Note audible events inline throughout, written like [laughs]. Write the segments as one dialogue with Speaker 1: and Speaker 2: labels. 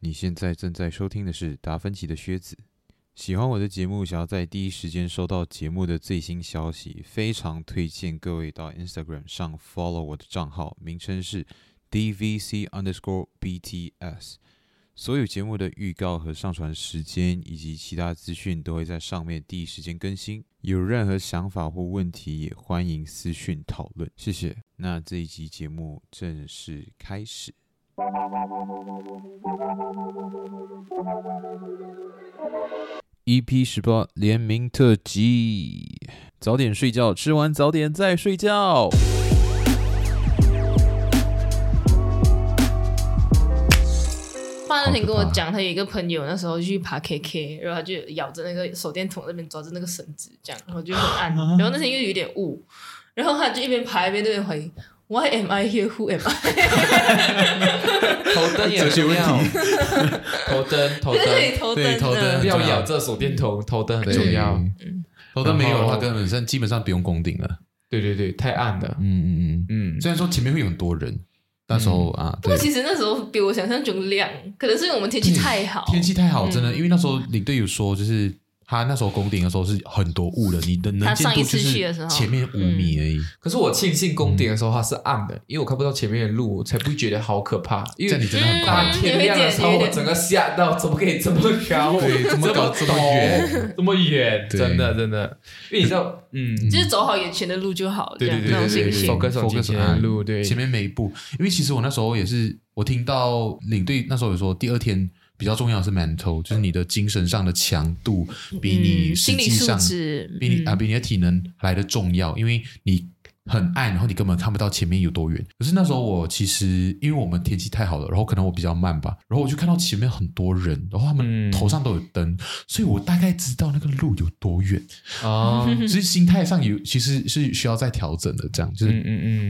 Speaker 1: 你现在正在收听的是达芬奇的靴子。喜欢我的节目，想要在第一时间收到节目的最新消息，非常推荐各位到 Instagram 上 follow 我的账号，名称是 DVC underscore BTS。所有节目的预告和上传时间以及其他资讯都会在上面第一时间更新。有任何想法或问题，也欢迎私讯讨论。谢谢。那这一集节目正式开始。EP，E 十八联名特辑，早点睡觉，吃完早点再睡觉。
Speaker 2: 范乐婷跟我
Speaker 1: 好可怕
Speaker 2: 讲，他有一个朋友那时候去爬 KK，然后他就咬着那个手电筒那边抓着那个绳子，这样，然后就很暗。然后那天又有一点雾，然后他就一边爬一边对怀疑，Why am I here? Who am I？ [laughs]
Speaker 3: 头灯也很重要，头灯头
Speaker 2: 对
Speaker 3: 灯
Speaker 2: 头
Speaker 4: 对头灯
Speaker 2: 的
Speaker 3: 不要
Speaker 4: 重要
Speaker 3: 咬这手电筒，头灯很
Speaker 4: 对
Speaker 3: 重要。
Speaker 4: 头灯没有的
Speaker 3: 然
Speaker 4: 话，
Speaker 3: 后
Speaker 4: 根本上基本上不用攻顶了。
Speaker 3: 对对对，太暗了。
Speaker 4: 嗯嗯
Speaker 3: 嗯
Speaker 4: 嗯。，虽然说前面会有很多人，那时候
Speaker 1: 嗯
Speaker 4: 啊，
Speaker 2: 不过
Speaker 4: 对，
Speaker 2: 其实那时候比我想象中亮，可能是因为我们天气太好。
Speaker 4: 天气太好，真的，
Speaker 2: 嗯
Speaker 4: 因为那时候领队有说，就是他那时候攻顶的时候是很多雾的，你的能见
Speaker 2: 他上
Speaker 4: 度
Speaker 2: 一
Speaker 4: 就
Speaker 2: 次去的时候嗯
Speaker 4: 是前面五米而已。
Speaker 3: 可是我庆幸宫顶的时候它是暗的，因为我看不到前面的路，我才不会觉得好可怕。因
Speaker 4: 这样
Speaker 3: 为
Speaker 4: 你真的很
Speaker 3: 大
Speaker 4: 快，
Speaker 3: 天亮的时
Speaker 2: 有
Speaker 3: 候，
Speaker 2: 一点有一点
Speaker 3: 我整个吓到，怎么可以这么高？
Speaker 4: 对怎么搞这
Speaker 3: 这
Speaker 4: 么远
Speaker 3: 陡，这么远？
Speaker 4: 对
Speaker 3: 真的真的，因为你知道，嗯，
Speaker 2: 就是走好眼前的路就好，
Speaker 4: 对
Speaker 2: 这
Speaker 4: 对对
Speaker 2: 样那种
Speaker 4: 对
Speaker 2: 心
Speaker 4: 对
Speaker 2: 情。
Speaker 3: focus on 前
Speaker 4: focus
Speaker 3: 面
Speaker 4: on
Speaker 3: 的路，对，
Speaker 4: 前面每一步，因为其实我那时候也是，我听到领队那时候有说，第二天比较重要的是 mental，就是你的精神上的强度比你实
Speaker 2: 嗯心理
Speaker 4: 际
Speaker 2: 素
Speaker 4: 上
Speaker 2: 质
Speaker 4: 比你啊
Speaker 2: 嗯
Speaker 4: 比你的体能来的重要，因为你很暗，然后你根本看不到前面有多远。可是那时候我其实因为我们天气太好了，然后可能我比较慢吧，然后我就看到前面很多人，然后他们
Speaker 3: 嗯
Speaker 4: 头上都有灯，所以我大概知道那个路有多远。
Speaker 3: 啊，嗯
Speaker 4: 所以心态上有其实是需要再调整的，这样就是、
Speaker 3: 嗯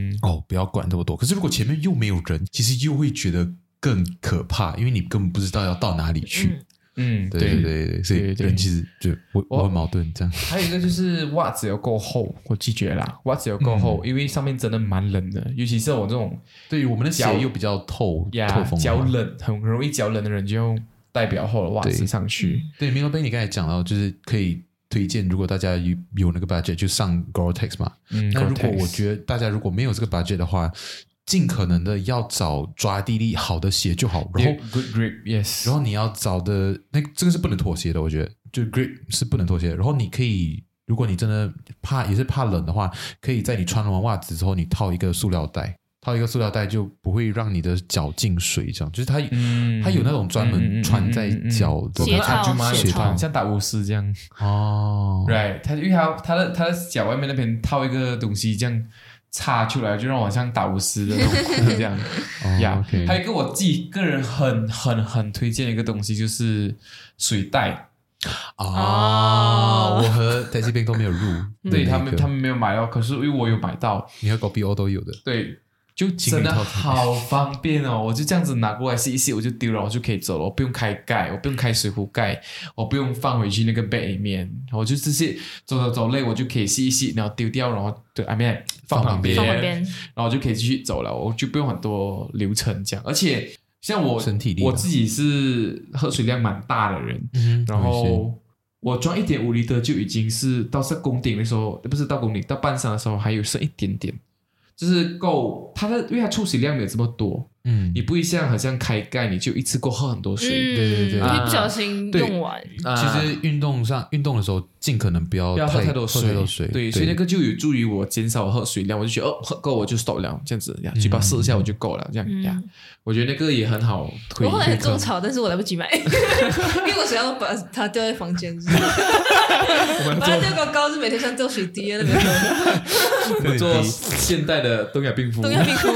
Speaker 3: 嗯，
Speaker 4: 哦不要管这么多。可是如果前面又没有人，其实又会觉得更可怕，因为你根本不知道要到哪里去。
Speaker 2: 嗯
Speaker 3: 嗯，
Speaker 4: 对对对对，所以
Speaker 3: 对对
Speaker 4: 人其实就我
Speaker 3: 我
Speaker 4: 我很矛盾这样。
Speaker 3: 还有一个就是袜子要够厚，我拒绝啦，袜子要够厚，
Speaker 4: 嗯
Speaker 3: 因为上面真的蛮冷的，尤其是我这种
Speaker 4: 对，我们的
Speaker 3: 脚
Speaker 4: 鞋又比较透透
Speaker 3: 呀
Speaker 4: 风嘛，
Speaker 3: 脚冷，很容易脚冷的人就用代表厚的袜子
Speaker 4: 对
Speaker 3: 上去。
Speaker 4: 对，明哥贝，你刚才讲到，就是可以推荐，如果大家有有那个 budget，就上 Gore-Tex 嘛。
Speaker 3: 嗯，
Speaker 4: 那如果
Speaker 3: Gore-Tex
Speaker 4: 我觉得大家如果没有这个 budget 的话，尽可能的要找抓地力好的鞋就好。然后，
Speaker 3: Yeah, good grip yes，
Speaker 4: 然后你要找的那这个是不能妥协的，我觉得就 grip 是不能妥协的。然后你可以，如果你真的怕也是怕冷的话，可以在你穿完袜子之后，你套一个塑料袋，套一个塑料袋就不会让你的脚进水，这样就是它。
Speaker 3: 嗯
Speaker 4: 它有那种专
Speaker 3: 嗯嗯嗯
Speaker 4: 门
Speaker 3: 嗯
Speaker 4: 穿在
Speaker 3: 嗯嗯
Speaker 4: 脚的
Speaker 2: 鞋
Speaker 4: 那
Speaker 2: 套
Speaker 4: 种
Speaker 3: 阿舅妈有
Speaker 4: 鞋套
Speaker 3: 穿，像打巫师这样
Speaker 4: 哦，
Speaker 3: ，right？他因为他他的他的脚外面那边套一个东西这样插出来，就让我像打巫师的那种 [laughs] 裤这样。
Speaker 4: 哦
Speaker 3: 呀
Speaker 4: OK
Speaker 3: 还有一个我自己个人很很很推荐的一个东西就是水袋，
Speaker 4: 啊，
Speaker 2: 哦
Speaker 4: 我和台西冰都没有入
Speaker 2: 嗯，
Speaker 3: Oh 对他们他们没有买到，可是因为我有买到，
Speaker 4: 你和狗 B O 都有的，
Speaker 3: 对，就
Speaker 4: 情
Speaker 3: 真
Speaker 4: 侣
Speaker 3: 的
Speaker 4: 套餐
Speaker 3: 好方便哦！我就这样子拿过来吸一吸，我就丢了，我就可以走了，我不用开盖，我不用开水壶盖，我不用放回去那个 bag 里面，我就这些走走走累，我就可以吸一吸，然后丢掉，然后对，I mean 放旁边，
Speaker 2: 放旁边
Speaker 3: 然后我就可以继续走了，我就不用很多流程这样，而且。像我
Speaker 4: 身体力
Speaker 3: 我
Speaker 4: 嘛
Speaker 3: 自己是喝水量蛮大的人，
Speaker 4: 嗯
Speaker 3: 然后我装一点五厘的就已经是到上宫顶的时候，呃不是到宫顶到半山的时候还有剩一点点，就是够它的，因为它出水量没有这么多，
Speaker 4: 嗯
Speaker 3: 你，不会像好像开盖你就一次过喝很多水，
Speaker 2: 嗯，
Speaker 4: 对对对
Speaker 2: 会
Speaker 3: 啊
Speaker 2: 不小心
Speaker 4: 对
Speaker 2: 用完，
Speaker 3: 啊
Speaker 4: 其实运动上运动的时候，尽可能不要
Speaker 3: 不要喝
Speaker 4: 太
Speaker 3: 太多
Speaker 4: 水，
Speaker 3: 水，
Speaker 4: 太多水，
Speaker 3: 对，所以那个就有助于我减少我喝水量，我就觉得哦，喝够我就 stop 了，这样子呀，嘴巴试一下我就够了，这样呀
Speaker 2: 嗯，
Speaker 3: 我觉得那个也很好推
Speaker 2: 我后来
Speaker 3: 推
Speaker 2: 很
Speaker 3: 坑
Speaker 2: 种，草，但是我来不及买，因为我想要把它丢在房间，把它丢高高，是每天像掉水滴的那边，
Speaker 4: 对
Speaker 3: 做现代的东亚病夫，
Speaker 2: 东亚病毒，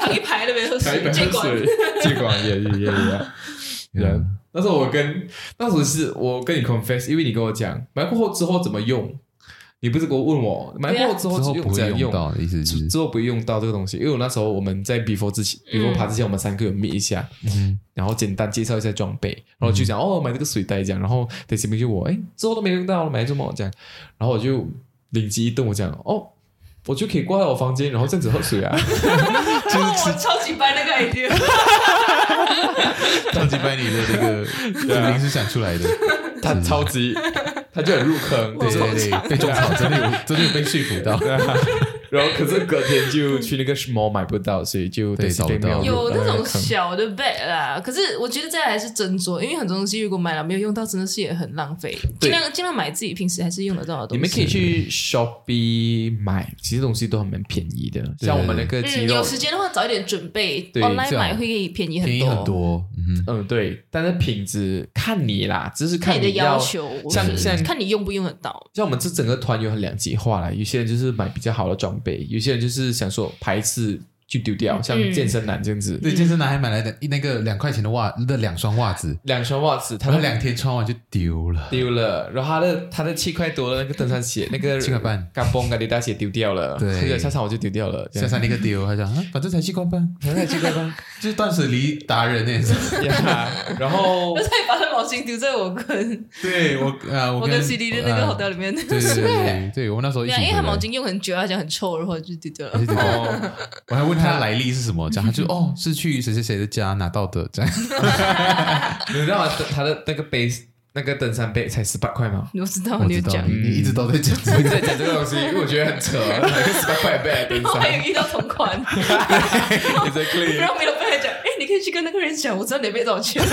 Speaker 2: 躺一排那边喝
Speaker 3: 调一
Speaker 2: 水，
Speaker 3: 杯
Speaker 2: 监管。
Speaker 3: 水，接管也也也也。人。
Speaker 4: 嗯
Speaker 3: 那时候我跟那时候是我跟你 confess，因为你跟我讲买过后之后怎么用，你不是给我问我买过后之
Speaker 4: 啊之
Speaker 3: 后
Speaker 4: 后
Speaker 3: 用
Speaker 4: 不
Speaker 3: 怎
Speaker 4: 会
Speaker 3: 样
Speaker 4: 用到的意思
Speaker 3: 之
Speaker 4: 是，
Speaker 3: 之后不会用到这个东西，因为我那时候我们在 before 之前、
Speaker 2: 嗯
Speaker 3: before 爬之前，我们三个有 meet 一下，
Speaker 4: 嗯
Speaker 3: 然后简单介绍一下装备，然后就讲、哦买这个水袋这样，然后等前面就我哎之后都没用到，买这么这样，然后我就灵机一动，我讲哦我就可以挂在我房间，然后这
Speaker 4: [laughs]
Speaker 3: 样子喝水啊。
Speaker 2: 然后我超级掰那个 idea，
Speaker 4: 超级白女的那 [laughs] 个指
Speaker 3: 对啊
Speaker 4: 令是想出来的，
Speaker 3: 他超级，他就很入坑，
Speaker 4: 对
Speaker 3: 对
Speaker 4: 对对，被种草，真的有真的有被说服到。
Speaker 3: 然后可是隔天就
Speaker 4: [laughs]
Speaker 3: 去那个 mall 买不到，所以就
Speaker 4: 对
Speaker 3: basically
Speaker 4: 找不到
Speaker 3: 没入
Speaker 2: 有那
Speaker 3: 到
Speaker 2: 种
Speaker 3: 个坑
Speaker 2: 小的 bag 啦，可是我觉得这还是斟酌，因为很多东西如果买了没有用到，真的是也很浪费。尽
Speaker 3: 对
Speaker 2: 量尽量买自己平时还是用得到的
Speaker 3: 你
Speaker 2: 东
Speaker 3: 们
Speaker 2: 西。
Speaker 3: 可以去 Shopee 买，其实东西都还蛮便宜的，像我们那个鸡
Speaker 2: 嗯，
Speaker 3: 肉
Speaker 2: 有，时间的话早一点准备
Speaker 3: 对
Speaker 2: ，online
Speaker 4: 这样
Speaker 2: 买会便宜很
Speaker 4: [laughs] 便
Speaker 2: 多，
Speaker 4: 宜很多，嗯
Speaker 3: 嗯，对，但是品质看你啦，只是
Speaker 2: 看你的
Speaker 3: 你要
Speaker 2: 要求，我
Speaker 3: 像
Speaker 2: 觉得
Speaker 3: 像
Speaker 2: 看你用不用得到。
Speaker 3: 像我们这整个团有很两极化啦，有些人就是买比较好的装备，有些人就是想说排斥就丢
Speaker 2: 嗯
Speaker 3: 掉，像健身男这样子
Speaker 4: 哼，，对，健身男孩买来的那个两块钱的袜，那两双袜子，
Speaker 3: 两双袜子，他
Speaker 4: 然
Speaker 3: 的
Speaker 4: 后两天穿完就丢了。
Speaker 2: [laughs]
Speaker 3: 丢了，然后他的他的七块多的那个登山鞋，那个
Speaker 4: 七块半
Speaker 3: 嘎嘣嘎滴大鞋丢掉了，
Speaker 4: 对
Speaker 3: 所以下场我就丢掉了，
Speaker 4: 下
Speaker 3: 这样
Speaker 4: 山那个丢，他讲啊，反正才七块半，反正才七块半， [laughs] 就是断舍离达人呢。
Speaker 3: 呀
Speaker 2: [laughs]
Speaker 3: 然后
Speaker 2: 我再把那毛巾丢在我跟
Speaker 4: [laughs] 对我啊，
Speaker 2: 我
Speaker 4: 我
Speaker 2: 跟 CD 的那个
Speaker 4: 啊
Speaker 2: hotel 里面，对 [laughs]
Speaker 4: 对对对对，对我们那时候一起
Speaker 2: 啊，
Speaker 4: 回来，
Speaker 2: 因为他毛巾用很久，他讲很臭，然后就丢掉了。
Speaker 4: 对对对
Speaker 3: 哦，嗯
Speaker 4: 我还问他来历是什么，这样他就哦是去谁谁谁的家拿到的，这样
Speaker 3: 你知道他他的那个背那个登山背才十八块吗？
Speaker 2: 我知
Speaker 3: 哦
Speaker 2: 道，
Speaker 4: 我
Speaker 2: 你有
Speaker 4: 知道
Speaker 2: 讲。
Speaker 4: 你你一直都在讲这
Speaker 3: 一直
Speaker 4: 个，
Speaker 3: 在讲这个东西，因为我觉得很扯，Oh 哪 [laughs] 个十八块背来登
Speaker 2: 我还
Speaker 3: 山
Speaker 2: 有遇到同款，
Speaker 3: ？Exactly，
Speaker 2: [laughs] 然后没有朋友讲，哎，你可以去跟那个人讲，我知道你被
Speaker 4: [laughs]
Speaker 2: 找去了。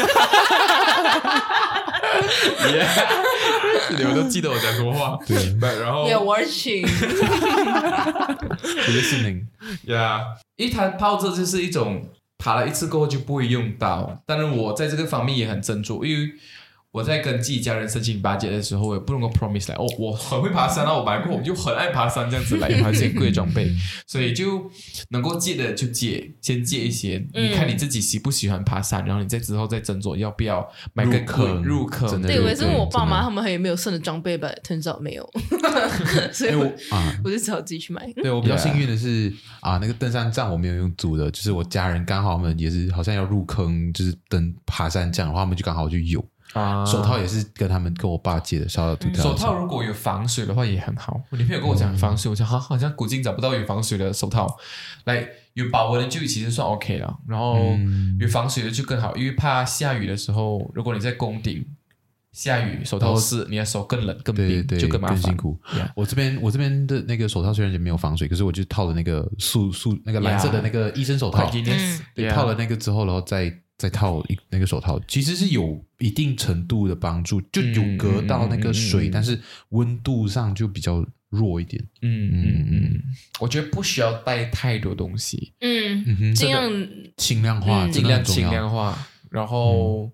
Speaker 3: 你们都记得我讲什么话？
Speaker 4: 对
Speaker 3: ，But, 然后
Speaker 2: We are watching，
Speaker 4: listening，
Speaker 3: 呀因为它泡着就是一种爬了一次过后就不会用到。当然，我在这个方面也很斟酌，因为我在跟自己家人申请八戒的时候，我也不能够 promise 来哦，我很会爬山啊，我买过，我就很爱爬山这样子来爬一些贵的装备，所以就能够借的就借，先借一些，
Speaker 2: 嗯
Speaker 3: 你看你自己喜不喜欢爬山，然后你再之后再斟酌要不要买个
Speaker 4: 入坑
Speaker 3: 入坑，
Speaker 4: 真的
Speaker 2: 对，
Speaker 4: 对
Speaker 2: 我也是
Speaker 4: 对
Speaker 2: 问我爸
Speaker 4: 真
Speaker 2: 妈，
Speaker 4: 的
Speaker 2: 他们还有没有剩的装备吧？Turns out
Speaker 4: [laughs]
Speaker 2: 没有，所
Speaker 4: [laughs]
Speaker 2: 以
Speaker 4: 哎
Speaker 2: 我
Speaker 4: 我啊。
Speaker 2: 我就只好自己去买。
Speaker 4: 对我比较
Speaker 3: Yeah
Speaker 4: 幸运的是啊，那个登山杖我没有用租的，就是我家人刚好他们也是好像要入坑，就是登爬山这样的话，他们就刚好就有
Speaker 3: 啊
Speaker 4: 手套，也是跟他们跟我爸借的，烧到涂掉。
Speaker 3: 手套如果有防水的话也很好。我女朋友跟我讲防水，我讲好好像古今找不到有防水的手套，来有保温的就其实算 OK 了。然后
Speaker 4: 嗯
Speaker 3: 有防水的就更好，因为怕下雨的时候，如果你在宫顶下雨，手
Speaker 4: 然
Speaker 3: 套
Speaker 4: 后
Speaker 3: 湿，你的手更冷更
Speaker 4: 对对
Speaker 3: 冰，
Speaker 4: 对，
Speaker 3: 就更麻
Speaker 4: 辛
Speaker 3: 烦。
Speaker 4: 苦
Speaker 3: Yeah。
Speaker 4: 我这边我这边的那个手套虽然也没有防水，可是我就套了那个素素那个蓝色的那个医生手套
Speaker 3: Quite genius，
Speaker 4: 对，
Speaker 3: yeah
Speaker 4: 套了那个之后，然后再再套一那个手套，其实是有一定程度的帮助，就有
Speaker 3: 嗯
Speaker 4: 隔
Speaker 3: 嗯
Speaker 4: 到
Speaker 3: 嗯
Speaker 4: 那个
Speaker 3: 嗯
Speaker 4: 水，
Speaker 3: 嗯
Speaker 4: 但是温度上就比较弱一点。
Speaker 3: 嗯嗯嗯，我觉得不需要带太多东西，
Speaker 2: 嗯，
Speaker 4: 嗯哼，
Speaker 2: 尽量
Speaker 4: 轻量化，
Speaker 2: 嗯
Speaker 4: 真
Speaker 3: 尽
Speaker 4: 的
Speaker 3: 量
Speaker 4: 很重
Speaker 3: 轻
Speaker 4: 要
Speaker 3: 量化。然后，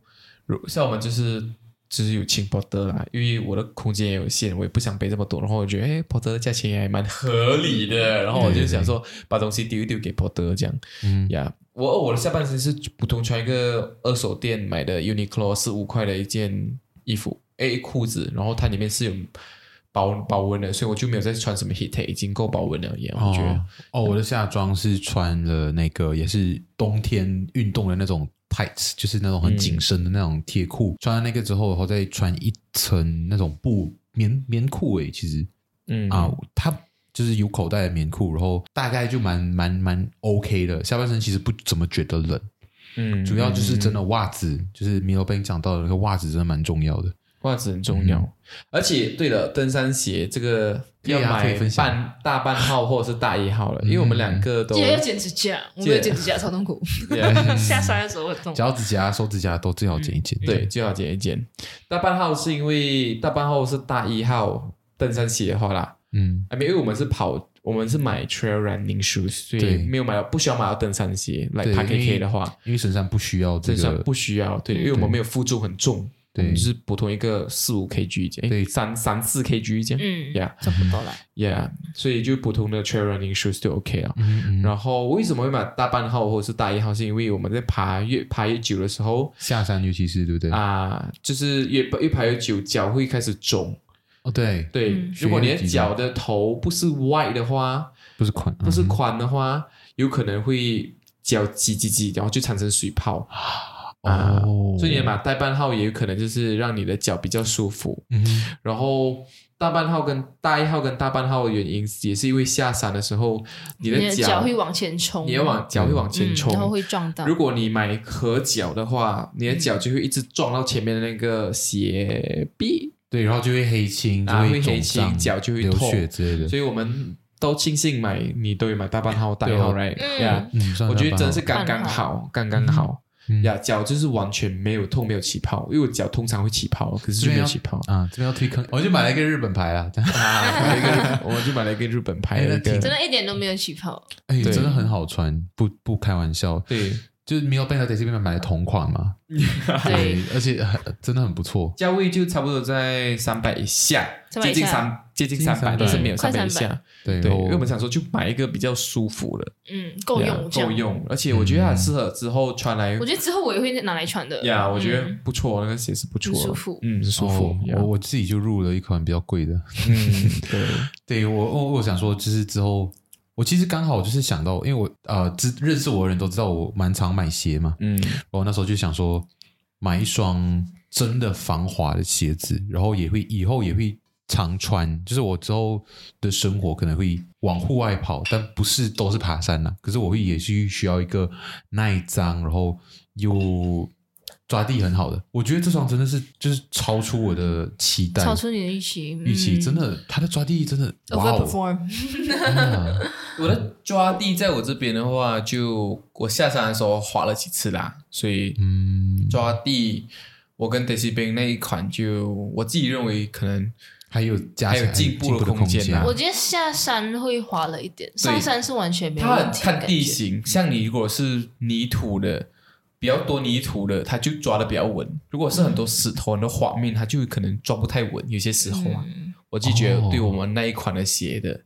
Speaker 3: 如、像我们就是就是有轻 porter 啦，因为我的空间也有限，我也不想背这么多。然后我觉得，哎，porter 的价钱也还蛮合理的。然后我就想说，把东西丢一丢给 porter 这样。
Speaker 4: 嗯
Speaker 3: 呀、我我的下半身是普通穿一个二手店买的 Uniqlo 四五块的一件衣服，诶，裤子，然后它里面是有保保温的，所以我就没有再穿什么 heat tech，已经够保温了也。我觉得。
Speaker 4: 哦哦，我的夏装是穿了那个也是冬天运动的那种 tights，就是那种很紧身的那种贴裤。
Speaker 3: 嗯
Speaker 4: 穿了那个之后，然后再穿一层那种布棉棉裤诶、其实
Speaker 3: 嗯
Speaker 4: 啊，它就是有口袋的棉裤，然后大概就蛮蛮蛮 OK 的。下半身其实不怎么觉得冷，
Speaker 3: 嗯
Speaker 4: 主要就是真的袜子，就是米罗贝讲到的那个袜子真的蛮重要的。
Speaker 3: 袜子很重要，而且对了，登山鞋这个
Speaker 4: 可以
Speaker 3: 嗯要
Speaker 4: 啊可
Speaker 3: 买
Speaker 4: 以分享
Speaker 3: 半大半号或者是大一号了，因为我们两个都
Speaker 2: 记得要剪指甲，我没有剪指甲超
Speaker 4: [laughs]
Speaker 2: 痛苦，
Speaker 3: Yeah
Speaker 2: 下山的时候很痛。
Speaker 4: 脚趾甲、手指甲都最好剪一剪。
Speaker 3: 对，最好剪一剪。大半号是因为大半号是大一号登山鞋的话啦，
Speaker 4: 嗯，
Speaker 3: 啊，没有，因为我们是跑，我们是买 trail running shoes，所
Speaker 4: 对
Speaker 3: 以没有买到不需要买到登山鞋。来
Speaker 4: 对
Speaker 3: 爬 K
Speaker 4: 因为
Speaker 3: K 的话，
Speaker 4: 因为身上不需要这
Speaker 3: 登山
Speaker 4: 个
Speaker 3: 不需要，对，因为我们没有负重很重，我
Speaker 4: 对
Speaker 3: 们就是普通一个四五 K G 一件，
Speaker 4: 对
Speaker 3: 诶三三四 K G 一件
Speaker 2: 嗯，
Speaker 3: ，yeah
Speaker 2: 差不多啦。
Speaker 3: yeah，所以就普通的 trail running shoes 就 OK 了。
Speaker 4: 嗯嗯
Speaker 3: 然后为什么会买大半号或者是大一号？是因为我们在爬越爬越久的时候
Speaker 4: 下山，尤其是对不对？
Speaker 3: 啊、就是越越爬越久，脚会开始肿。
Speaker 4: 哦，对，
Speaker 3: 对，
Speaker 2: 嗯
Speaker 3: 如果你
Speaker 4: 血
Speaker 3: 的
Speaker 4: 液疾病
Speaker 3: 脚的头不是 wide 的话，
Speaker 4: 不是款，
Speaker 3: 不是
Speaker 4: 嗯
Speaker 3: 宽的话，有可能会脚挤挤挤，然后就产生水泡。啊
Speaker 4: 哦，
Speaker 3: 所以你买代办号也有可能就是让你的脚比较舒服。
Speaker 4: 嗯哼
Speaker 3: 然后大半号跟大一号跟大半号的原因也是因为下山的时候你
Speaker 2: 你
Speaker 3: 的
Speaker 2: 的
Speaker 3: 脚
Speaker 2: 脚会往前冲，
Speaker 3: 你的往脚会往前冲
Speaker 2: 嗯，然后会撞到。
Speaker 3: 如果你买合脚的话，你的脚就会一直撞到前面的那个鞋壁，
Speaker 4: 对，然后就会黑青，就
Speaker 3: 啊会黑
Speaker 4: 肿
Speaker 3: 青
Speaker 4: 胀，
Speaker 3: 脚就会
Speaker 4: 流
Speaker 3: 痛
Speaker 4: 血之类的。
Speaker 3: 所以我们都庆幸买你都有买大半号大
Speaker 4: 对
Speaker 3: 号
Speaker 4: 哦
Speaker 3: right？
Speaker 2: 嗯
Speaker 3: Yeah
Speaker 4: 嗯，算
Speaker 3: 啊我觉得
Speaker 4: 蛮
Speaker 3: 真的
Speaker 4: 好
Speaker 3: 是刚刚好，刚刚好
Speaker 4: 嗯
Speaker 3: 呀，脚就是完全没有痛，没有起泡，因为我脚通常会起泡，可是就没有起
Speaker 4: [laughs]
Speaker 3: 泡。
Speaker 4: 啊，这边要推坑，我就买了一个日本牌啦。
Speaker 3: 啊，买了一个，我就买了一个日本牌的一
Speaker 4: 哎那
Speaker 3: 个
Speaker 2: 真，的一点都没有起泡，
Speaker 4: 哎，
Speaker 3: 对
Speaker 4: 真的很好穿，不不开玩笑，
Speaker 3: 对，
Speaker 4: 就是没有 b a n 在这边买的同款
Speaker 3: [laughs]
Speaker 4: 嘛。
Speaker 2: 对，，
Speaker 4: 而且很真的很不错。
Speaker 3: 价位就差不多在三百以下，
Speaker 2: 300
Speaker 3: 接近
Speaker 2: 以下
Speaker 3: 三接近
Speaker 4: 接近
Speaker 3: 三百，但是
Speaker 4: 300
Speaker 3: 没有
Speaker 2: 快
Speaker 3: 三百
Speaker 2: 300
Speaker 3: 以下。
Speaker 4: 对，
Speaker 3: 对，
Speaker 4: 然后
Speaker 3: 因为我们想说就买一个比较舒服的，
Speaker 2: 嗯，够用，这
Speaker 3: 啊够
Speaker 2: 样。
Speaker 3: 用，而且我觉得它很适合之后穿来
Speaker 2: 我，觉得之后我也会拿来穿的。
Speaker 3: 呀，我觉得
Speaker 2: 嗯
Speaker 3: 不错，那个鞋是不错，
Speaker 2: 很舒服
Speaker 3: 嗯，舒服
Speaker 4: 哦，
Speaker 3: 呀
Speaker 4: 我我自己就入了一款比较贵的。
Speaker 3: 嗯， [laughs] 对，
Speaker 4: 对我，我我想说，就是之后，我其实刚好就是想到，因为我呃，知认识我的人都知道我蛮常买鞋嘛，
Speaker 3: 嗯
Speaker 4: 然后那时候就想说买一双真的防滑的鞋子，然后也会以后也会常穿，就是我之后的生活可能会往户外跑，但不是都是爬山啦，可是我会也是需要一个耐脏，然后又。抓地很好的，我觉得这双真的是就是超出我的期待，
Speaker 2: 超出你的预期，
Speaker 4: 预期，
Speaker 2: 嗯
Speaker 4: 真的，它的抓地真的哇哦！
Speaker 2: overperform。
Speaker 4: 啊
Speaker 3: 我的抓地在我这边的话，就我下山的时候滑了几次啦，所以
Speaker 4: 嗯，
Speaker 3: 抓地，我跟 Daisy Bing 那一款就我自己认为可能
Speaker 4: 还有加
Speaker 3: 还
Speaker 4: 起
Speaker 3: 有
Speaker 4: 来
Speaker 3: 进步的
Speaker 4: 的
Speaker 3: 空
Speaker 4: 空
Speaker 3: 间啊
Speaker 2: 我觉得下山会滑了一点，上山是完全没有
Speaker 3: 它
Speaker 2: 问
Speaker 3: 很
Speaker 2: 题的感觉。
Speaker 3: 看地形，像你如果是泥土的，比较多泥土的，它就抓的比较稳；如果
Speaker 2: 嗯
Speaker 3: 是很多石头、很多滑面，它就可能抓不太稳，有些时候啊。
Speaker 2: 嗯
Speaker 3: 我就觉
Speaker 4: 哦
Speaker 3: 得对我们那一款的鞋的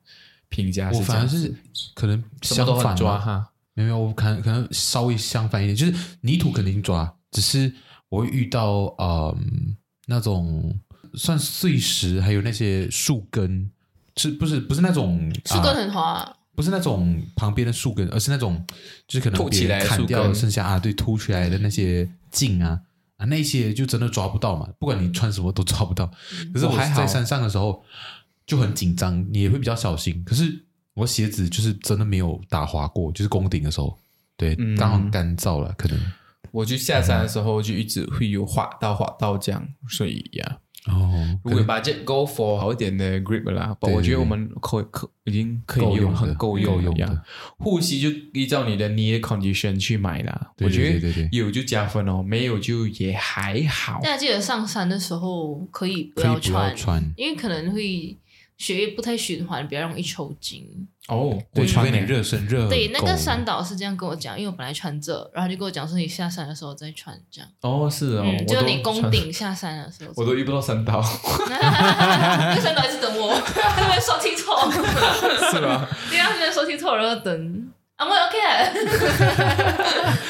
Speaker 3: 评价
Speaker 4: 我
Speaker 3: 是这
Speaker 4: 反而
Speaker 3: 样
Speaker 4: 是
Speaker 3: 子，
Speaker 4: 可能
Speaker 3: 什么
Speaker 4: 相
Speaker 3: 都
Speaker 4: 反
Speaker 3: 很
Speaker 4: 啊
Speaker 3: 抓，哈。
Speaker 4: 没有，我可能可能稍微相反一点，就是泥土肯定抓，只是我会遇到嗯那种算碎石，还有那些树根，是不是不是那种
Speaker 2: 树根
Speaker 4: 啊
Speaker 2: 很滑，
Speaker 4: 不是那种旁边的树根，而是那种就是可能
Speaker 3: 凸起
Speaker 4: 别人
Speaker 3: 来的
Speaker 4: 砍
Speaker 3: 树
Speaker 4: 掉
Speaker 3: 根
Speaker 4: 剩下啊，对，凸起来的那些茎啊啊，那些就真的抓不到嘛，不管你穿什么都抓不到。可是
Speaker 3: 我
Speaker 4: 我
Speaker 3: 还好
Speaker 4: 在山上的时候就很紧张，你也会比较小心。可是我鞋子就是真的没有打滑过，就是攻顶的时候，对，
Speaker 3: 嗯
Speaker 4: 刚好干燥了，可能
Speaker 3: 我就下山的时候就一直会有滑到滑到这样，所以呀，
Speaker 4: 哦，
Speaker 3: 如果把这 go for 好一点的 grip 啦，
Speaker 4: 对对
Speaker 3: 我觉得我们可可已经可以
Speaker 4: 够用
Speaker 3: 用，
Speaker 4: 的
Speaker 3: 很够
Speaker 4: 够
Speaker 3: 用了
Speaker 4: 用
Speaker 3: 呀
Speaker 4: 的。
Speaker 3: 护膝就依照你的你的 condition 去买啦。
Speaker 4: 对
Speaker 3: 我觉
Speaker 4: 对对对
Speaker 3: 得有就加分哦，没有就也还好。
Speaker 2: 大家记得上山的时候可以不
Speaker 4: 可以
Speaker 2: 要
Speaker 4: 不要穿。
Speaker 2: 因为可能会血液不太循环，比较容易抽筋。
Speaker 3: 哦，
Speaker 4: 对，
Speaker 3: 我
Speaker 4: 除非
Speaker 3: 穿
Speaker 4: 你
Speaker 3: 了
Speaker 4: 热身热
Speaker 2: 对，那
Speaker 4: 够
Speaker 2: 个
Speaker 4: 了
Speaker 2: 山导是这样跟我讲，因为我本来穿这，然后他就跟我讲说你下山的时候再穿这样。
Speaker 3: 哦，是哦，
Speaker 2: 嗯，
Speaker 3: 我
Speaker 2: 就
Speaker 3: 都
Speaker 2: 你攻
Speaker 3: 穿，
Speaker 2: 顶下山的时候。
Speaker 3: 我都遇不到三刀，
Speaker 2: 那山导一直等我，他们说听错。
Speaker 3: [laughs] 是吧？
Speaker 2: 对啊，他们说听错，然后等。I'm OK，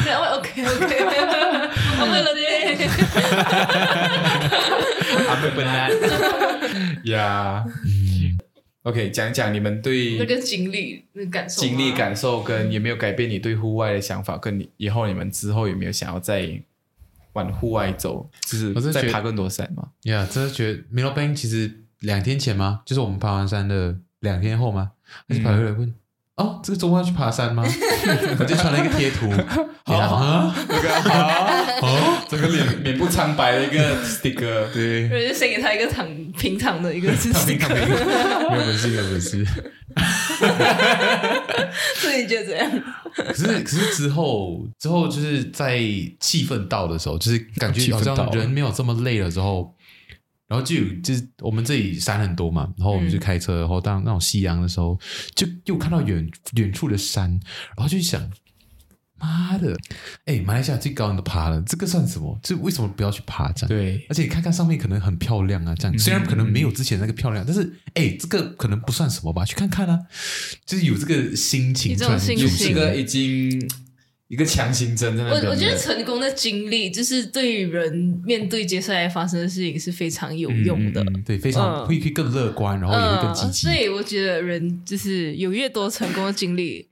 Speaker 2: 对，I'm OK [laughs] OK，I'm OK 了
Speaker 3: 阿贝本 [laughs] 来嗯呀，OK，讲讲你们
Speaker 2: 那
Speaker 3: 对
Speaker 2: 个经历，那个感受，
Speaker 3: 经历，感受，跟有没有改变你对户外的想法，跟你以后你们之后有没有想要再往户外走，就是
Speaker 4: 我是觉
Speaker 3: 再
Speaker 4: 得
Speaker 3: 爬更多山嘛？
Speaker 4: 呀真的觉得 m i l o b a n 其实两天前吗？就是我们爬完山的两天后吗？他就跑回来问：“哦，这个周末要去爬 [laughs] 山吗？”我就传了一个贴 [laughs] 图，啊，
Speaker 3: [laughs] 那个好，哦，这个脸脸部苍白的一个 sticker，对，
Speaker 2: 我就献给他一个躺平躺的一
Speaker 3: [laughs]
Speaker 2: 个姿
Speaker 4: 没
Speaker 2: 势，
Speaker 4: 有本事，没有本事。
Speaker 2: 所以就这样，
Speaker 4: 可是，可是之后，之后就是在气氛到的时候，就是感觉
Speaker 3: 气
Speaker 4: 好
Speaker 3: 氛到
Speaker 4: 像人没有这么累了之后，然后就有就是我们这里山很多嘛，然后我们就开车，然后当那种夕阳的时候，就又看到远远处的山，然后就想，妈的，哎，马来西亚最高你都爬了，这个算什么？这为什么不要去爬这样？
Speaker 3: 对，嗯
Speaker 4: 而且你看看上面可能很漂亮啊，这样虽然可能没有之前那个漂亮，但是哎、这个可能不算什么吧，去看看啊，就是有这个心情
Speaker 2: 有这
Speaker 4: 突然
Speaker 2: 种
Speaker 4: 出现，
Speaker 2: 心
Speaker 3: 这
Speaker 2: 情
Speaker 3: 个已经一个强行针在
Speaker 2: 我
Speaker 3: 那边了。
Speaker 2: 我觉得成功的经历，就是对于人面对接下来发生的事情是非常有用的
Speaker 3: 嗯。嗯嗯
Speaker 4: 对，非常、
Speaker 2: 嗯
Speaker 4: 会会更乐观，然后也会更积极
Speaker 2: 所。以我觉得人就是有越多成功的经历，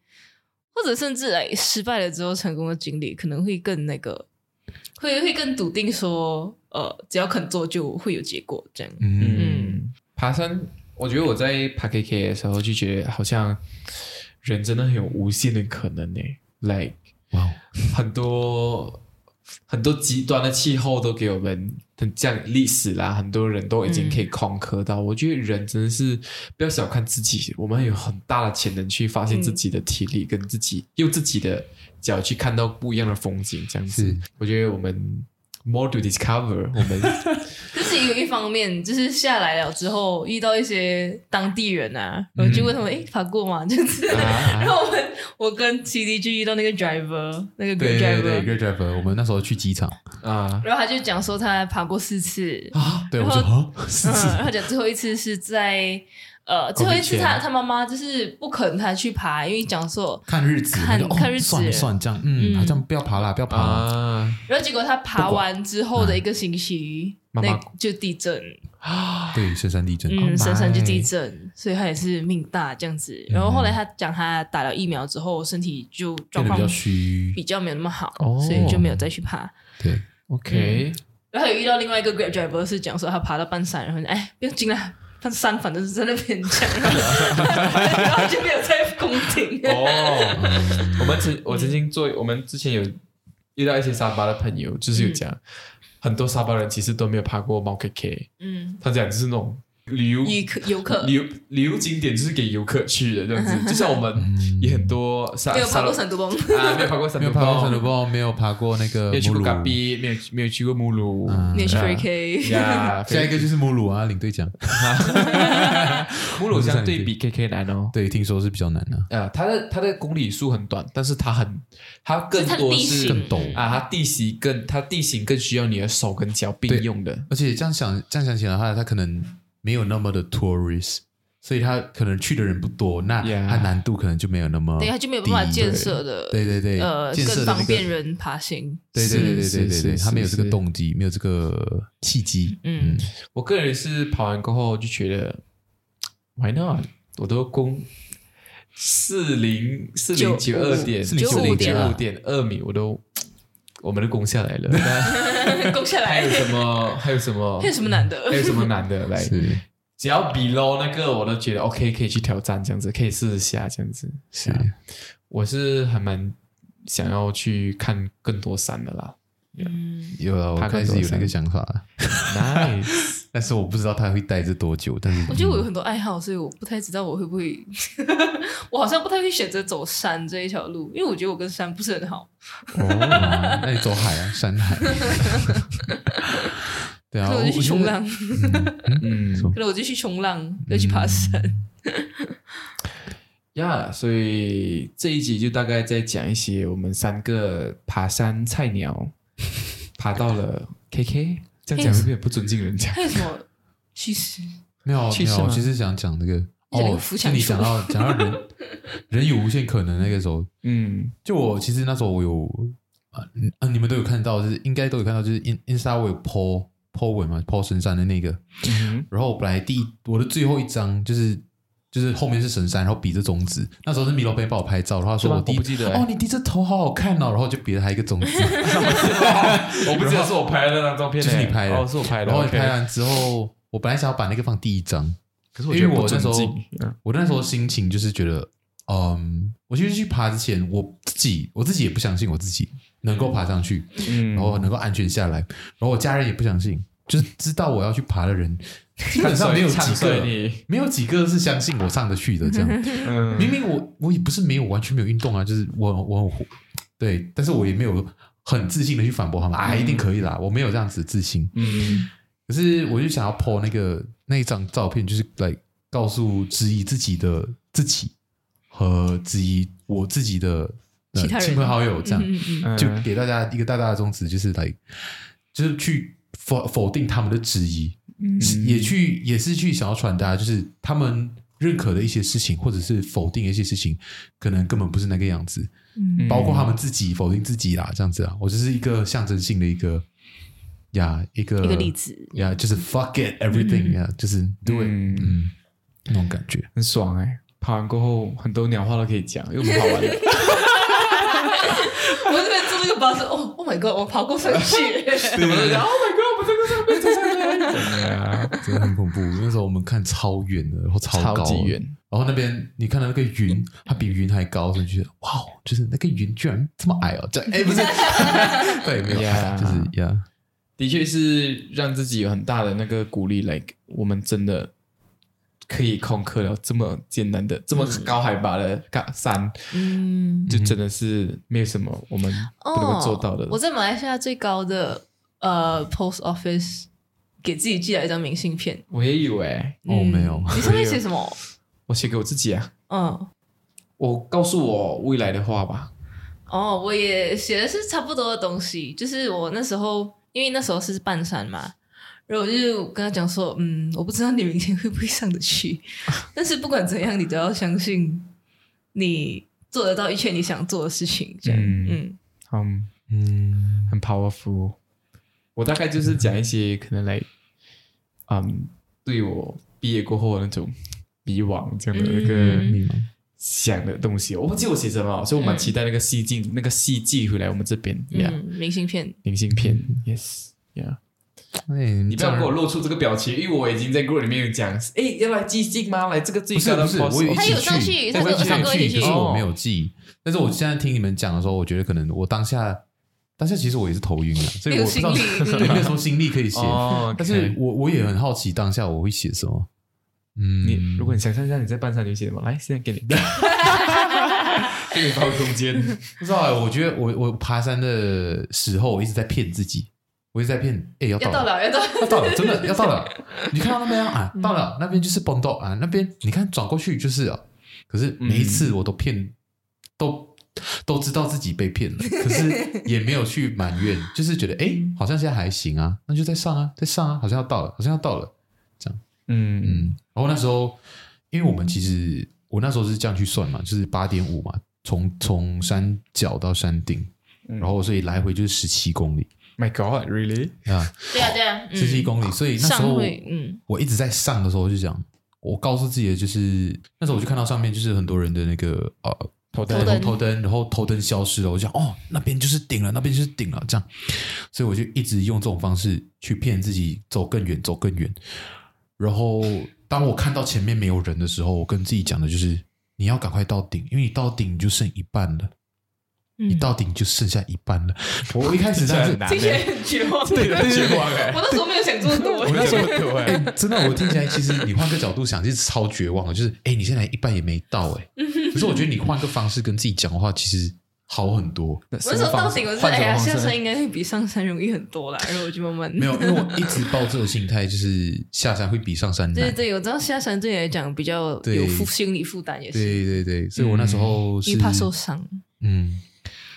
Speaker 2: 或者甚至哎失败了之后成功的经历，可能会更那个会会更笃定说，呃，只要肯做就会有结果这样。
Speaker 4: 嗯，
Speaker 3: 嗯，爬山，我觉得我在爬 KK 的时候就觉得好像人真的很有无限的可能呢、like
Speaker 4: 哇哦，
Speaker 3: 很多很多极端的气候都给我们很这样历史啦，很多人都已经可以空壳到。我觉得人真的是不要小看自己，我们有很大的潜能去发
Speaker 4: 嗯
Speaker 3: 现自己的体力，跟自己用自己的脚去看到不一样的风景，这样子
Speaker 4: 是。
Speaker 3: 我觉得我们 more to discover，我
Speaker 4: [laughs]
Speaker 3: 们
Speaker 2: 就是有一方面，就是下来了之后遇到一些当地人啊，
Speaker 4: 嗯
Speaker 2: 我就问他们，诶，爬过吗？就是，
Speaker 4: 啊
Speaker 3: 啊
Speaker 2: 然后我们我跟 T D 就遇到那个 driver，那个 g
Speaker 4: 对对
Speaker 2: r driver，
Speaker 4: 对，Great Driver，我们那时候去机场，
Speaker 3: 啊，
Speaker 2: 然后他就讲说他爬过四次，
Speaker 4: 对我
Speaker 2: 然
Speaker 4: 说
Speaker 2: 后
Speaker 4: 啊，
Speaker 2: 嗯，然后讲最后一次是在
Speaker 4: 哦
Speaker 2: 呃，最后一次他他妈妈就是不肯他去爬，因为讲说，
Speaker 4: 看日子，
Speaker 2: 看
Speaker 4: 我就哦
Speaker 2: 看日子
Speaker 4: 算了算了这样，嗯，
Speaker 2: 嗯
Speaker 4: 好像不要爬啦，不要爬啦，
Speaker 3: 啊
Speaker 2: 然后结果他爬完之后的一个星期，
Speaker 3: 妈妈
Speaker 2: 那就地震，啊
Speaker 4: 对，深山地震，
Speaker 2: 嗯，深山就地
Speaker 4: 哎
Speaker 2: 震，所以他也是命大这样
Speaker 4: 嗯
Speaker 2: 子。然后后来他讲他打了疫苗之后，身体就
Speaker 4: 变
Speaker 2: 状
Speaker 4: 得比
Speaker 2: 况
Speaker 4: 较虚，
Speaker 2: 比较没有那么好，
Speaker 3: 哦
Speaker 2: 所以就没有再去爬。
Speaker 4: 对，
Speaker 3: ，OK，
Speaker 2: 然后有遇到另外一个 Grab driver 是讲说他爬到半山，然后哎不要进来，半山反正是在那边讲，
Speaker 4: [laughs]
Speaker 2: [laughs] 然后就没有在宫廷。
Speaker 3: 哦，
Speaker 4: 嗯
Speaker 3: 我们曾我曾经做，我们之前有遇到一些沙巴的朋友，就是有讲、很多沙巴人其实都没有爬过 Mount KK，
Speaker 2: 嗯，
Speaker 3: 他讲就是那种旅
Speaker 4: 嗯
Speaker 3: 游
Speaker 2: 游客游客
Speaker 3: 旅游旅游景点，就是给游客去的这样子。就像我们也很多沙
Speaker 2: 嗯没有爬过
Speaker 3: 沙
Speaker 2: 山独崩，
Speaker 3: 啊，没有爬过山
Speaker 4: 嗯没有
Speaker 3: 路
Speaker 4: 爬过
Speaker 3: 包
Speaker 4: 山鲁包，没有爬过那个
Speaker 3: 没有去过
Speaker 4: 母
Speaker 3: 嘎
Speaker 4: 乳
Speaker 3: 比，没有没有去过木鲁。
Speaker 4: 嗯
Speaker 2: 你也去
Speaker 3: 啊
Speaker 2: f r e K，
Speaker 3: 呀，
Speaker 4: [laughs] 下一个就是母乳啊，领队讲，
Speaker 3: 木鲁相对比 KK 难哦。
Speaker 4: 对，听说是比较难啊的，
Speaker 3: 呃，它的它的公里数很短，但是它很它更
Speaker 2: 是它
Speaker 3: 多
Speaker 2: 地
Speaker 3: 是
Speaker 2: 形更陡
Speaker 3: 啊，它地形更它地形更需要你的手跟脚并
Speaker 4: 对
Speaker 3: 用的。
Speaker 4: 而且这样想这样想起来的话，他可能没有那么的 tourist，所以他可能去的人不多，那
Speaker 3: Yeah
Speaker 4: 他难度可能就没有那么低，
Speaker 2: 对，他就没有办法建设的，
Speaker 4: 对对对，
Speaker 2: 呃，
Speaker 4: 建设
Speaker 2: 更
Speaker 4: 的
Speaker 2: 方
Speaker 4: 那
Speaker 2: 便
Speaker 4: 个。
Speaker 2: 人爬行。
Speaker 4: 对对对对对对
Speaker 3: 是
Speaker 4: 对，
Speaker 3: 是
Speaker 4: 他没有这个
Speaker 3: 是
Speaker 4: 动机，没有这个契机。
Speaker 2: 嗯，
Speaker 3: 我个人是跑完过后就觉得，Why not？我都攻四零四零九二点
Speaker 2: 95
Speaker 3: 零
Speaker 2: 点
Speaker 3: 五
Speaker 2: 啊
Speaker 3: 点二米，我都我们都攻下来了。那
Speaker 4: [laughs] 嗯
Speaker 2: [laughs] 攻下
Speaker 3: 还
Speaker 2: 来
Speaker 3: 有，什么？还有什么
Speaker 2: 还？有什么难的
Speaker 3: 还？有什么
Speaker 4: [laughs]
Speaker 3: 难的？来，
Speaker 4: 是
Speaker 3: 只要 below 那个，我都觉得 OK，可以去挑战这样子，可以试一下这样子。
Speaker 4: 是
Speaker 3: 啊，我是还蛮想要去看更多山的啦。 [laughs]
Speaker 2: 嗯，
Speaker 4: 有了，我
Speaker 3: 爬更
Speaker 4: 开始
Speaker 3: 多
Speaker 4: 有那个
Speaker 3: 山
Speaker 4: 想法了，
Speaker 3: Nice，
Speaker 4: 但是我不知道他会待着多久。但是
Speaker 2: 我觉得我有很多爱好，所以我不太知道我会不会， [laughs] 我好像不太会选择走山这一条路，因为我觉得我跟山不是很好。
Speaker 4: 哦，那你走海啊，山
Speaker 2: [laughs]
Speaker 4: 海。对啊，
Speaker 2: 可能我就去
Speaker 4: 觉
Speaker 2: 冲
Speaker 4: 得
Speaker 2: 浪，
Speaker 3: 嗯，
Speaker 2: [laughs] 可能我就去冲浪，要去爬山。
Speaker 4: 嗯
Speaker 3: 呀所以这一集就大概在讲一些我们三个爬山菜鸟爬到了 KK，这样讲会不会不尊敬人家？
Speaker 2: 还有什么？其实
Speaker 4: 没有
Speaker 3: 去
Speaker 4: 没
Speaker 3: 是
Speaker 4: 有，我
Speaker 3: 吗
Speaker 4: 其实想讲这个
Speaker 2: 讲那
Speaker 4: 哦
Speaker 2: 个，浮
Speaker 4: 就
Speaker 2: 潜
Speaker 4: 你
Speaker 2: 术
Speaker 4: 讲到讲到
Speaker 3: [laughs]
Speaker 4: 人人有无限可能那个时候，
Speaker 3: [laughs] 嗯
Speaker 4: 就我其实那时候我有啊嗯啊，你们都有看到，就是应该都有看到，就是 in insta 我有 po po 文嘛，po 神山的那个，
Speaker 3: 嗯
Speaker 4: 然后我本来第一我的最后一张就是。就是后面是神山，然后比着中指。那时候是米老板帮我拍照，然后他
Speaker 3: 是
Speaker 4: 说
Speaker 3: 吗
Speaker 4: 我第一
Speaker 3: 我不记得欸
Speaker 4: 哦，你低着头好好看哦，然后就比了他一个中指。
Speaker 3: 哼，我不知道是我拍的那张照片
Speaker 4: 就
Speaker 3: 呢，
Speaker 4: 是你拍的
Speaker 3: 哦，是我 [laughs] 拍的，
Speaker 4: 然后
Speaker 3: OK
Speaker 4: 拍，完之后，我本来想要把那个放第一张，
Speaker 3: 可是我
Speaker 4: 因
Speaker 3: 觉
Speaker 4: 为
Speaker 3: 得
Speaker 4: 我
Speaker 3: 不
Speaker 4: 那
Speaker 3: 尊
Speaker 4: 时候
Speaker 3: 敬。嗯
Speaker 4: 我那时候心情就是觉得，嗯，我其实去爬之前，我自己我自己也不相信我自己能够爬上去，
Speaker 3: 嗯
Speaker 4: 然后能够安全下来，然后我家人也不相信，就是知道我要去爬的人，基本上没有
Speaker 3: 唱
Speaker 4: 几
Speaker 3: 衰
Speaker 4: 个，
Speaker 3: 你，
Speaker 4: 没有几个是相信我上得去的。这样，
Speaker 3: 嗯
Speaker 4: 明明我我也不是没有完全没有运动啊，就是我我对，但是我也没有很自信的去反驳他们，啊，一定可以啦，我没有这样子的自信。
Speaker 3: 嗯
Speaker 4: 可是我就想要 po 那个那一张照片，就是来告诉质疑自己的自己和质疑我自己的、呃
Speaker 2: 其他人
Speaker 4: 亲朋好友，这样、
Speaker 2: 嗯嗯嗯
Speaker 3: 嗯
Speaker 4: 就给大家一个大大的宗旨，就是来就是去否否定他们的质疑，
Speaker 2: 嗯
Speaker 4: 也去也是去想要传达，就是他们认可的一些事情，或者是否定的一些事情，可能根本不是那个样子。
Speaker 2: 嗯
Speaker 4: 包括他们自己否定自己啦，这样子啊，我就是一个象征性的一个呀，一个
Speaker 2: 一个例子。嗯
Speaker 4: 呀，就是 fuck it everything 呀，就是 do it，
Speaker 3: 嗯
Speaker 4: 嗯，那种感觉。
Speaker 3: 很爽哎、跑完过后很多鸟话都可以讲，因为我们跑完了。
Speaker 2: 我这边做那个发是哦，Oh my God，我爬过山
Speaker 4: [laughs]
Speaker 2: 去，
Speaker 3: 怎么了？Oh my god，我这个上面这上面，啊
Speaker 4: 真的很恐怖。那时候我们看超远的，然后超高，
Speaker 3: 超级远。
Speaker 4: 然后那边你看到那个云，它比云还高，所以觉得哇哦，就是那个云居然这么矮哦！这样哎，不
Speaker 2: [laughs]
Speaker 4: 是，对，没有
Speaker 3: Yeah
Speaker 4: 就是呀
Speaker 3: 的确是让自己有很大的那个鼓励，like 我们真的可以空克了这么艰难的、这么高海拔的嘎山，
Speaker 2: 嗯，
Speaker 3: 就真的是没有什么我们不能够做到的。
Speaker 2: 哦我在马来西亚最高的呃 post office 给自己寄来一张明信片，
Speaker 3: 我也有哎、
Speaker 4: 哦没有
Speaker 2: 嗯你上面写什么？
Speaker 3: 我写给我自己啊，
Speaker 2: 嗯，
Speaker 3: 我告诉我未来的话吧。
Speaker 2: 哦，我也写的是差不多的东西，就是我那时候因为那时候是半山嘛，然后我就跟他讲说，嗯，我不知道你明天会不会上得
Speaker 3: [laughs]
Speaker 2: 去，但是不管怎样，你都要相信你做得到一切你想做的事情，这样，
Speaker 3: 嗯
Speaker 2: 嗯
Speaker 3: 嗯，
Speaker 4: 嗯，
Speaker 3: 很 powerful。我大概就是讲一些可能来，嗯，对我毕业过后的那种迷惘这样的那个。
Speaker 2: 嗯
Speaker 4: 迷茫。
Speaker 3: 想的东西，我忘记我写什么，所以我蛮期待那个戏进、那个戏寄回来我们这边
Speaker 2: 嗯
Speaker 3: ，yeah，、
Speaker 2: 明信片，
Speaker 3: 明信片，yes，yeah。
Speaker 4: 哎，
Speaker 3: 你
Speaker 4: 你
Speaker 3: 不要给我露出这个表情，因为我已经在 group 里面有讲，哎，要来寄信吗？来这个最
Speaker 4: 不是
Speaker 3: 高的哦
Speaker 4: 不是，
Speaker 3: boss
Speaker 4: 我有一
Speaker 2: 他
Speaker 4: 起
Speaker 2: 有上去
Speaker 4: 去，
Speaker 2: 他
Speaker 4: 我有
Speaker 2: 有上
Speaker 4: 上
Speaker 2: 过一
Speaker 4: 去，
Speaker 2: 起
Speaker 4: 可是
Speaker 3: 去
Speaker 4: 我没有记。但是我现在听你们讲的时候，我觉得可能我当下当下其实我也是头晕了，所以
Speaker 2: 没有
Speaker 4: 我不知道
Speaker 2: 心力
Speaker 4: 对没有什么心力可以写。
Speaker 3: 哦，
Speaker 4: 但是我我也很好奇当下我会写什么。嗯，
Speaker 3: 你，如果你想象一下你在半山你写什么，来，现在 [laughs] 给你，给你发挥空间。
Speaker 4: 不知道欸，我觉得我我爬山的时候，我一直在骗自己，我一直在骗，哎、要到
Speaker 2: 要到
Speaker 4: 了，
Speaker 2: 了，要到了，
Speaker 4: 要到了，真
Speaker 2: [laughs]
Speaker 4: 的要到了。你看到那边啊，
Speaker 2: 嗯
Speaker 4: 到了那边就是蹦到啊，那边你看转过去就是啊。可是每一次我都骗，都都知道自己被
Speaker 2: [laughs]
Speaker 4: 骗了，可是也没有去埋怨，就是觉得哎、
Speaker 2: 嗯
Speaker 4: 好像现在还行啊，那就再上啊，再上啊，好像要到了，好像要到了。
Speaker 3: 嗯
Speaker 4: 嗯，然后那时候，因为我们其实我那时候是这样去算嘛，就是八点五嘛，从从山脚到山顶，
Speaker 3: 嗯
Speaker 4: 然后所以来回就是十七公里
Speaker 3: ，My God，really？
Speaker 4: 啊，
Speaker 2: 对啊，对啊，嗯
Speaker 4: 十七公里。所以那时
Speaker 2: 上
Speaker 4: 候
Speaker 2: 会，嗯
Speaker 4: 我一直在上的时候，我就讲，我告诉自己的就是，那时候我就看到上面就是很多人的那个呃
Speaker 3: 头
Speaker 2: 头灯
Speaker 4: 头灯，然后头灯消失了，我就想哦，那边就是顶了，那边就是顶了，这样，所以我就一直用这种方式去骗自己走更远，走更远。然后当我看到前面没有人的时候，我跟自己讲的就是你要赶快到顶，因为你到顶你就剩一半了，
Speaker 2: 嗯，
Speaker 4: 你
Speaker 2: [laughs]
Speaker 4: 到顶就剩下一半了。我一开始当时
Speaker 3: 很难欸
Speaker 2: 听起来很绝望，
Speaker 3: 对对对，绝望哎
Speaker 2: 我，那时候没有想这么多
Speaker 3: 我，
Speaker 2: [laughs]
Speaker 3: 那时候
Speaker 4: 哎、真的，我听起来其实你换个角度想，就是超绝望的，就是哎、你现在一半也没到哎、可是我觉得你换个方式跟自己讲的话，其实好很多。
Speaker 2: 我那时候到顶，我是哎呀，下山应该会比上山容易很多啦。然后我就慢慢
Speaker 4: 没有，因为我一直抱这个心态，就是下山会比上山
Speaker 2: 对
Speaker 4: 难。
Speaker 2: 对，我知道下山对你来讲比较有
Speaker 4: 对
Speaker 2: 负心理负担，也是
Speaker 4: 对对对，所以我那时候
Speaker 2: 因
Speaker 4: 是
Speaker 2: 为怕受伤。
Speaker 4: 嗯，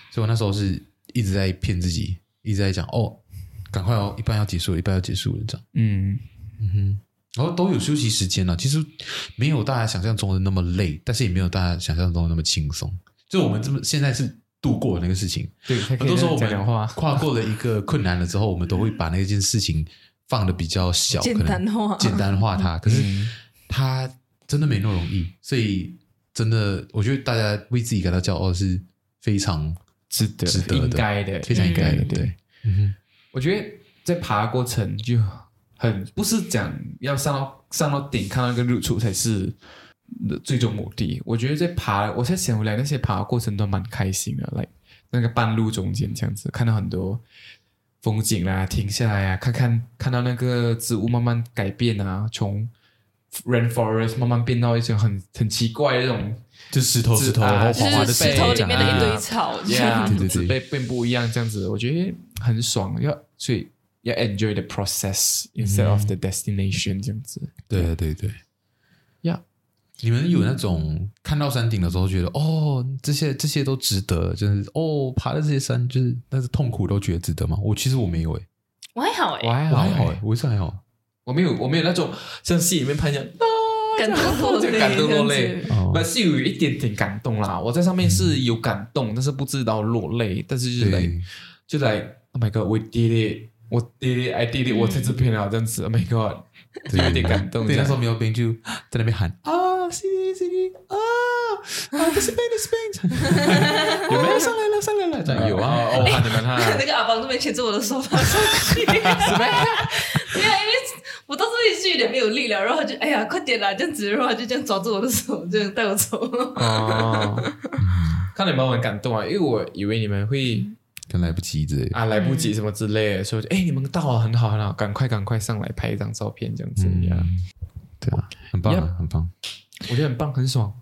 Speaker 4: 所以我那时候是一直在骗自己，一直在讲哦，赶快哦，一半要结束了，一半要结束了这样。
Speaker 3: 嗯，
Speaker 4: 嗯哼，然后都有休息时间啊了，其实没有大家想象中的那么累，但是也没有大家想象中的那么轻松。就我们这么现在是度过了那个事情，
Speaker 3: 对，很
Speaker 4: 很多时候我
Speaker 3: 讲
Speaker 4: 们
Speaker 3: 讲话，
Speaker 4: 跨过了一个困难了之后，我们都会把那件事情放的比较小，
Speaker 2: 简单化
Speaker 4: 可能简单化它。可是
Speaker 3: 嗯
Speaker 4: 它真的没那么容易，所以真的，我觉得大家为自己感到骄傲是非常
Speaker 3: 值得
Speaker 4: 值得的
Speaker 3: 应该的，
Speaker 4: 非常应该的。
Speaker 3: 嗯
Speaker 4: 对，嗯
Speaker 3: 我觉得在爬过程就很不是讲要上到上到顶看到一个日出才是最终目的。我觉得在爬，我现在想回来那些爬的过程都蛮开心的，来、那个半路中间这样子看到很多风景啦，停下来啊，看看看到那个植物慢慢改变啊，从 rainforest 慢慢变到一种很很奇怪的那种
Speaker 4: 就石头石头，然后
Speaker 3: 就
Speaker 4: 滑
Speaker 3: 是
Speaker 4: 滑的
Speaker 2: 就是石头里面的一堆
Speaker 3: 啊
Speaker 2: 草，这样
Speaker 3: Yeah，
Speaker 4: [laughs] 对对对
Speaker 3: 只被变不一样这样子，我觉得很爽，要所以要 enjoy the process instead of the destination 这样子。
Speaker 4: 对对对。
Speaker 3: 呀，
Speaker 4: 你们有那种看到山顶的时候，觉得哦，这些这些都值得，就是哦，爬的这些山，就是但是痛苦都觉得值得吗？我其实我没有诶、
Speaker 2: 我还好
Speaker 3: 我
Speaker 2: 哎，
Speaker 3: 还
Speaker 4: 我
Speaker 3: 好
Speaker 4: 还好诶、
Speaker 3: 欸，
Speaker 4: 我是还好
Speaker 3: 我没有我没有那种像戏里面拍一样啊，
Speaker 2: 感动落
Speaker 3: 就
Speaker 2: 泪，
Speaker 3: 感动落
Speaker 2: 这
Speaker 3: 泪
Speaker 2: 样。子。
Speaker 4: 哦
Speaker 3: 但是有一点点感动啦，我在上面是有感动，但是不知道落泪，但是就是
Speaker 4: 对
Speaker 3: like，就 like Oh my God，we did it，我 did it，I did it，我在这边了这样子，Oh my God，就有点感动这
Speaker 4: 对，那
Speaker 3: 样
Speaker 4: [gasps] 时。候没有冰就在那边喊啊，CD CD 啊，啊，这是 Spain，这 [laughs] 是 Spain，有没有上来了？上来了，这样有啊。
Speaker 3: 哦，哦哈你们哈，
Speaker 2: 那个阿邦这边牵着我的手爬上
Speaker 4: [laughs]
Speaker 2: 去，对啊， [laughs] 因为我到这里是有点没有力了，然后他就哎呀快点啦这样子，然后他就这样抓住我的手，这样带我走。
Speaker 3: 哦，看你们我很感动啊，因为我以为你们会
Speaker 4: 可能来不及之欸类的。
Speaker 3: 啊来不及什么之类的，所以我就哎你们到了，很好很好，赶快赶快上来拍一张照片这样子呀，
Speaker 4: 嗯对啊，很棒啊，很棒，
Speaker 3: 我觉得很棒，很爽，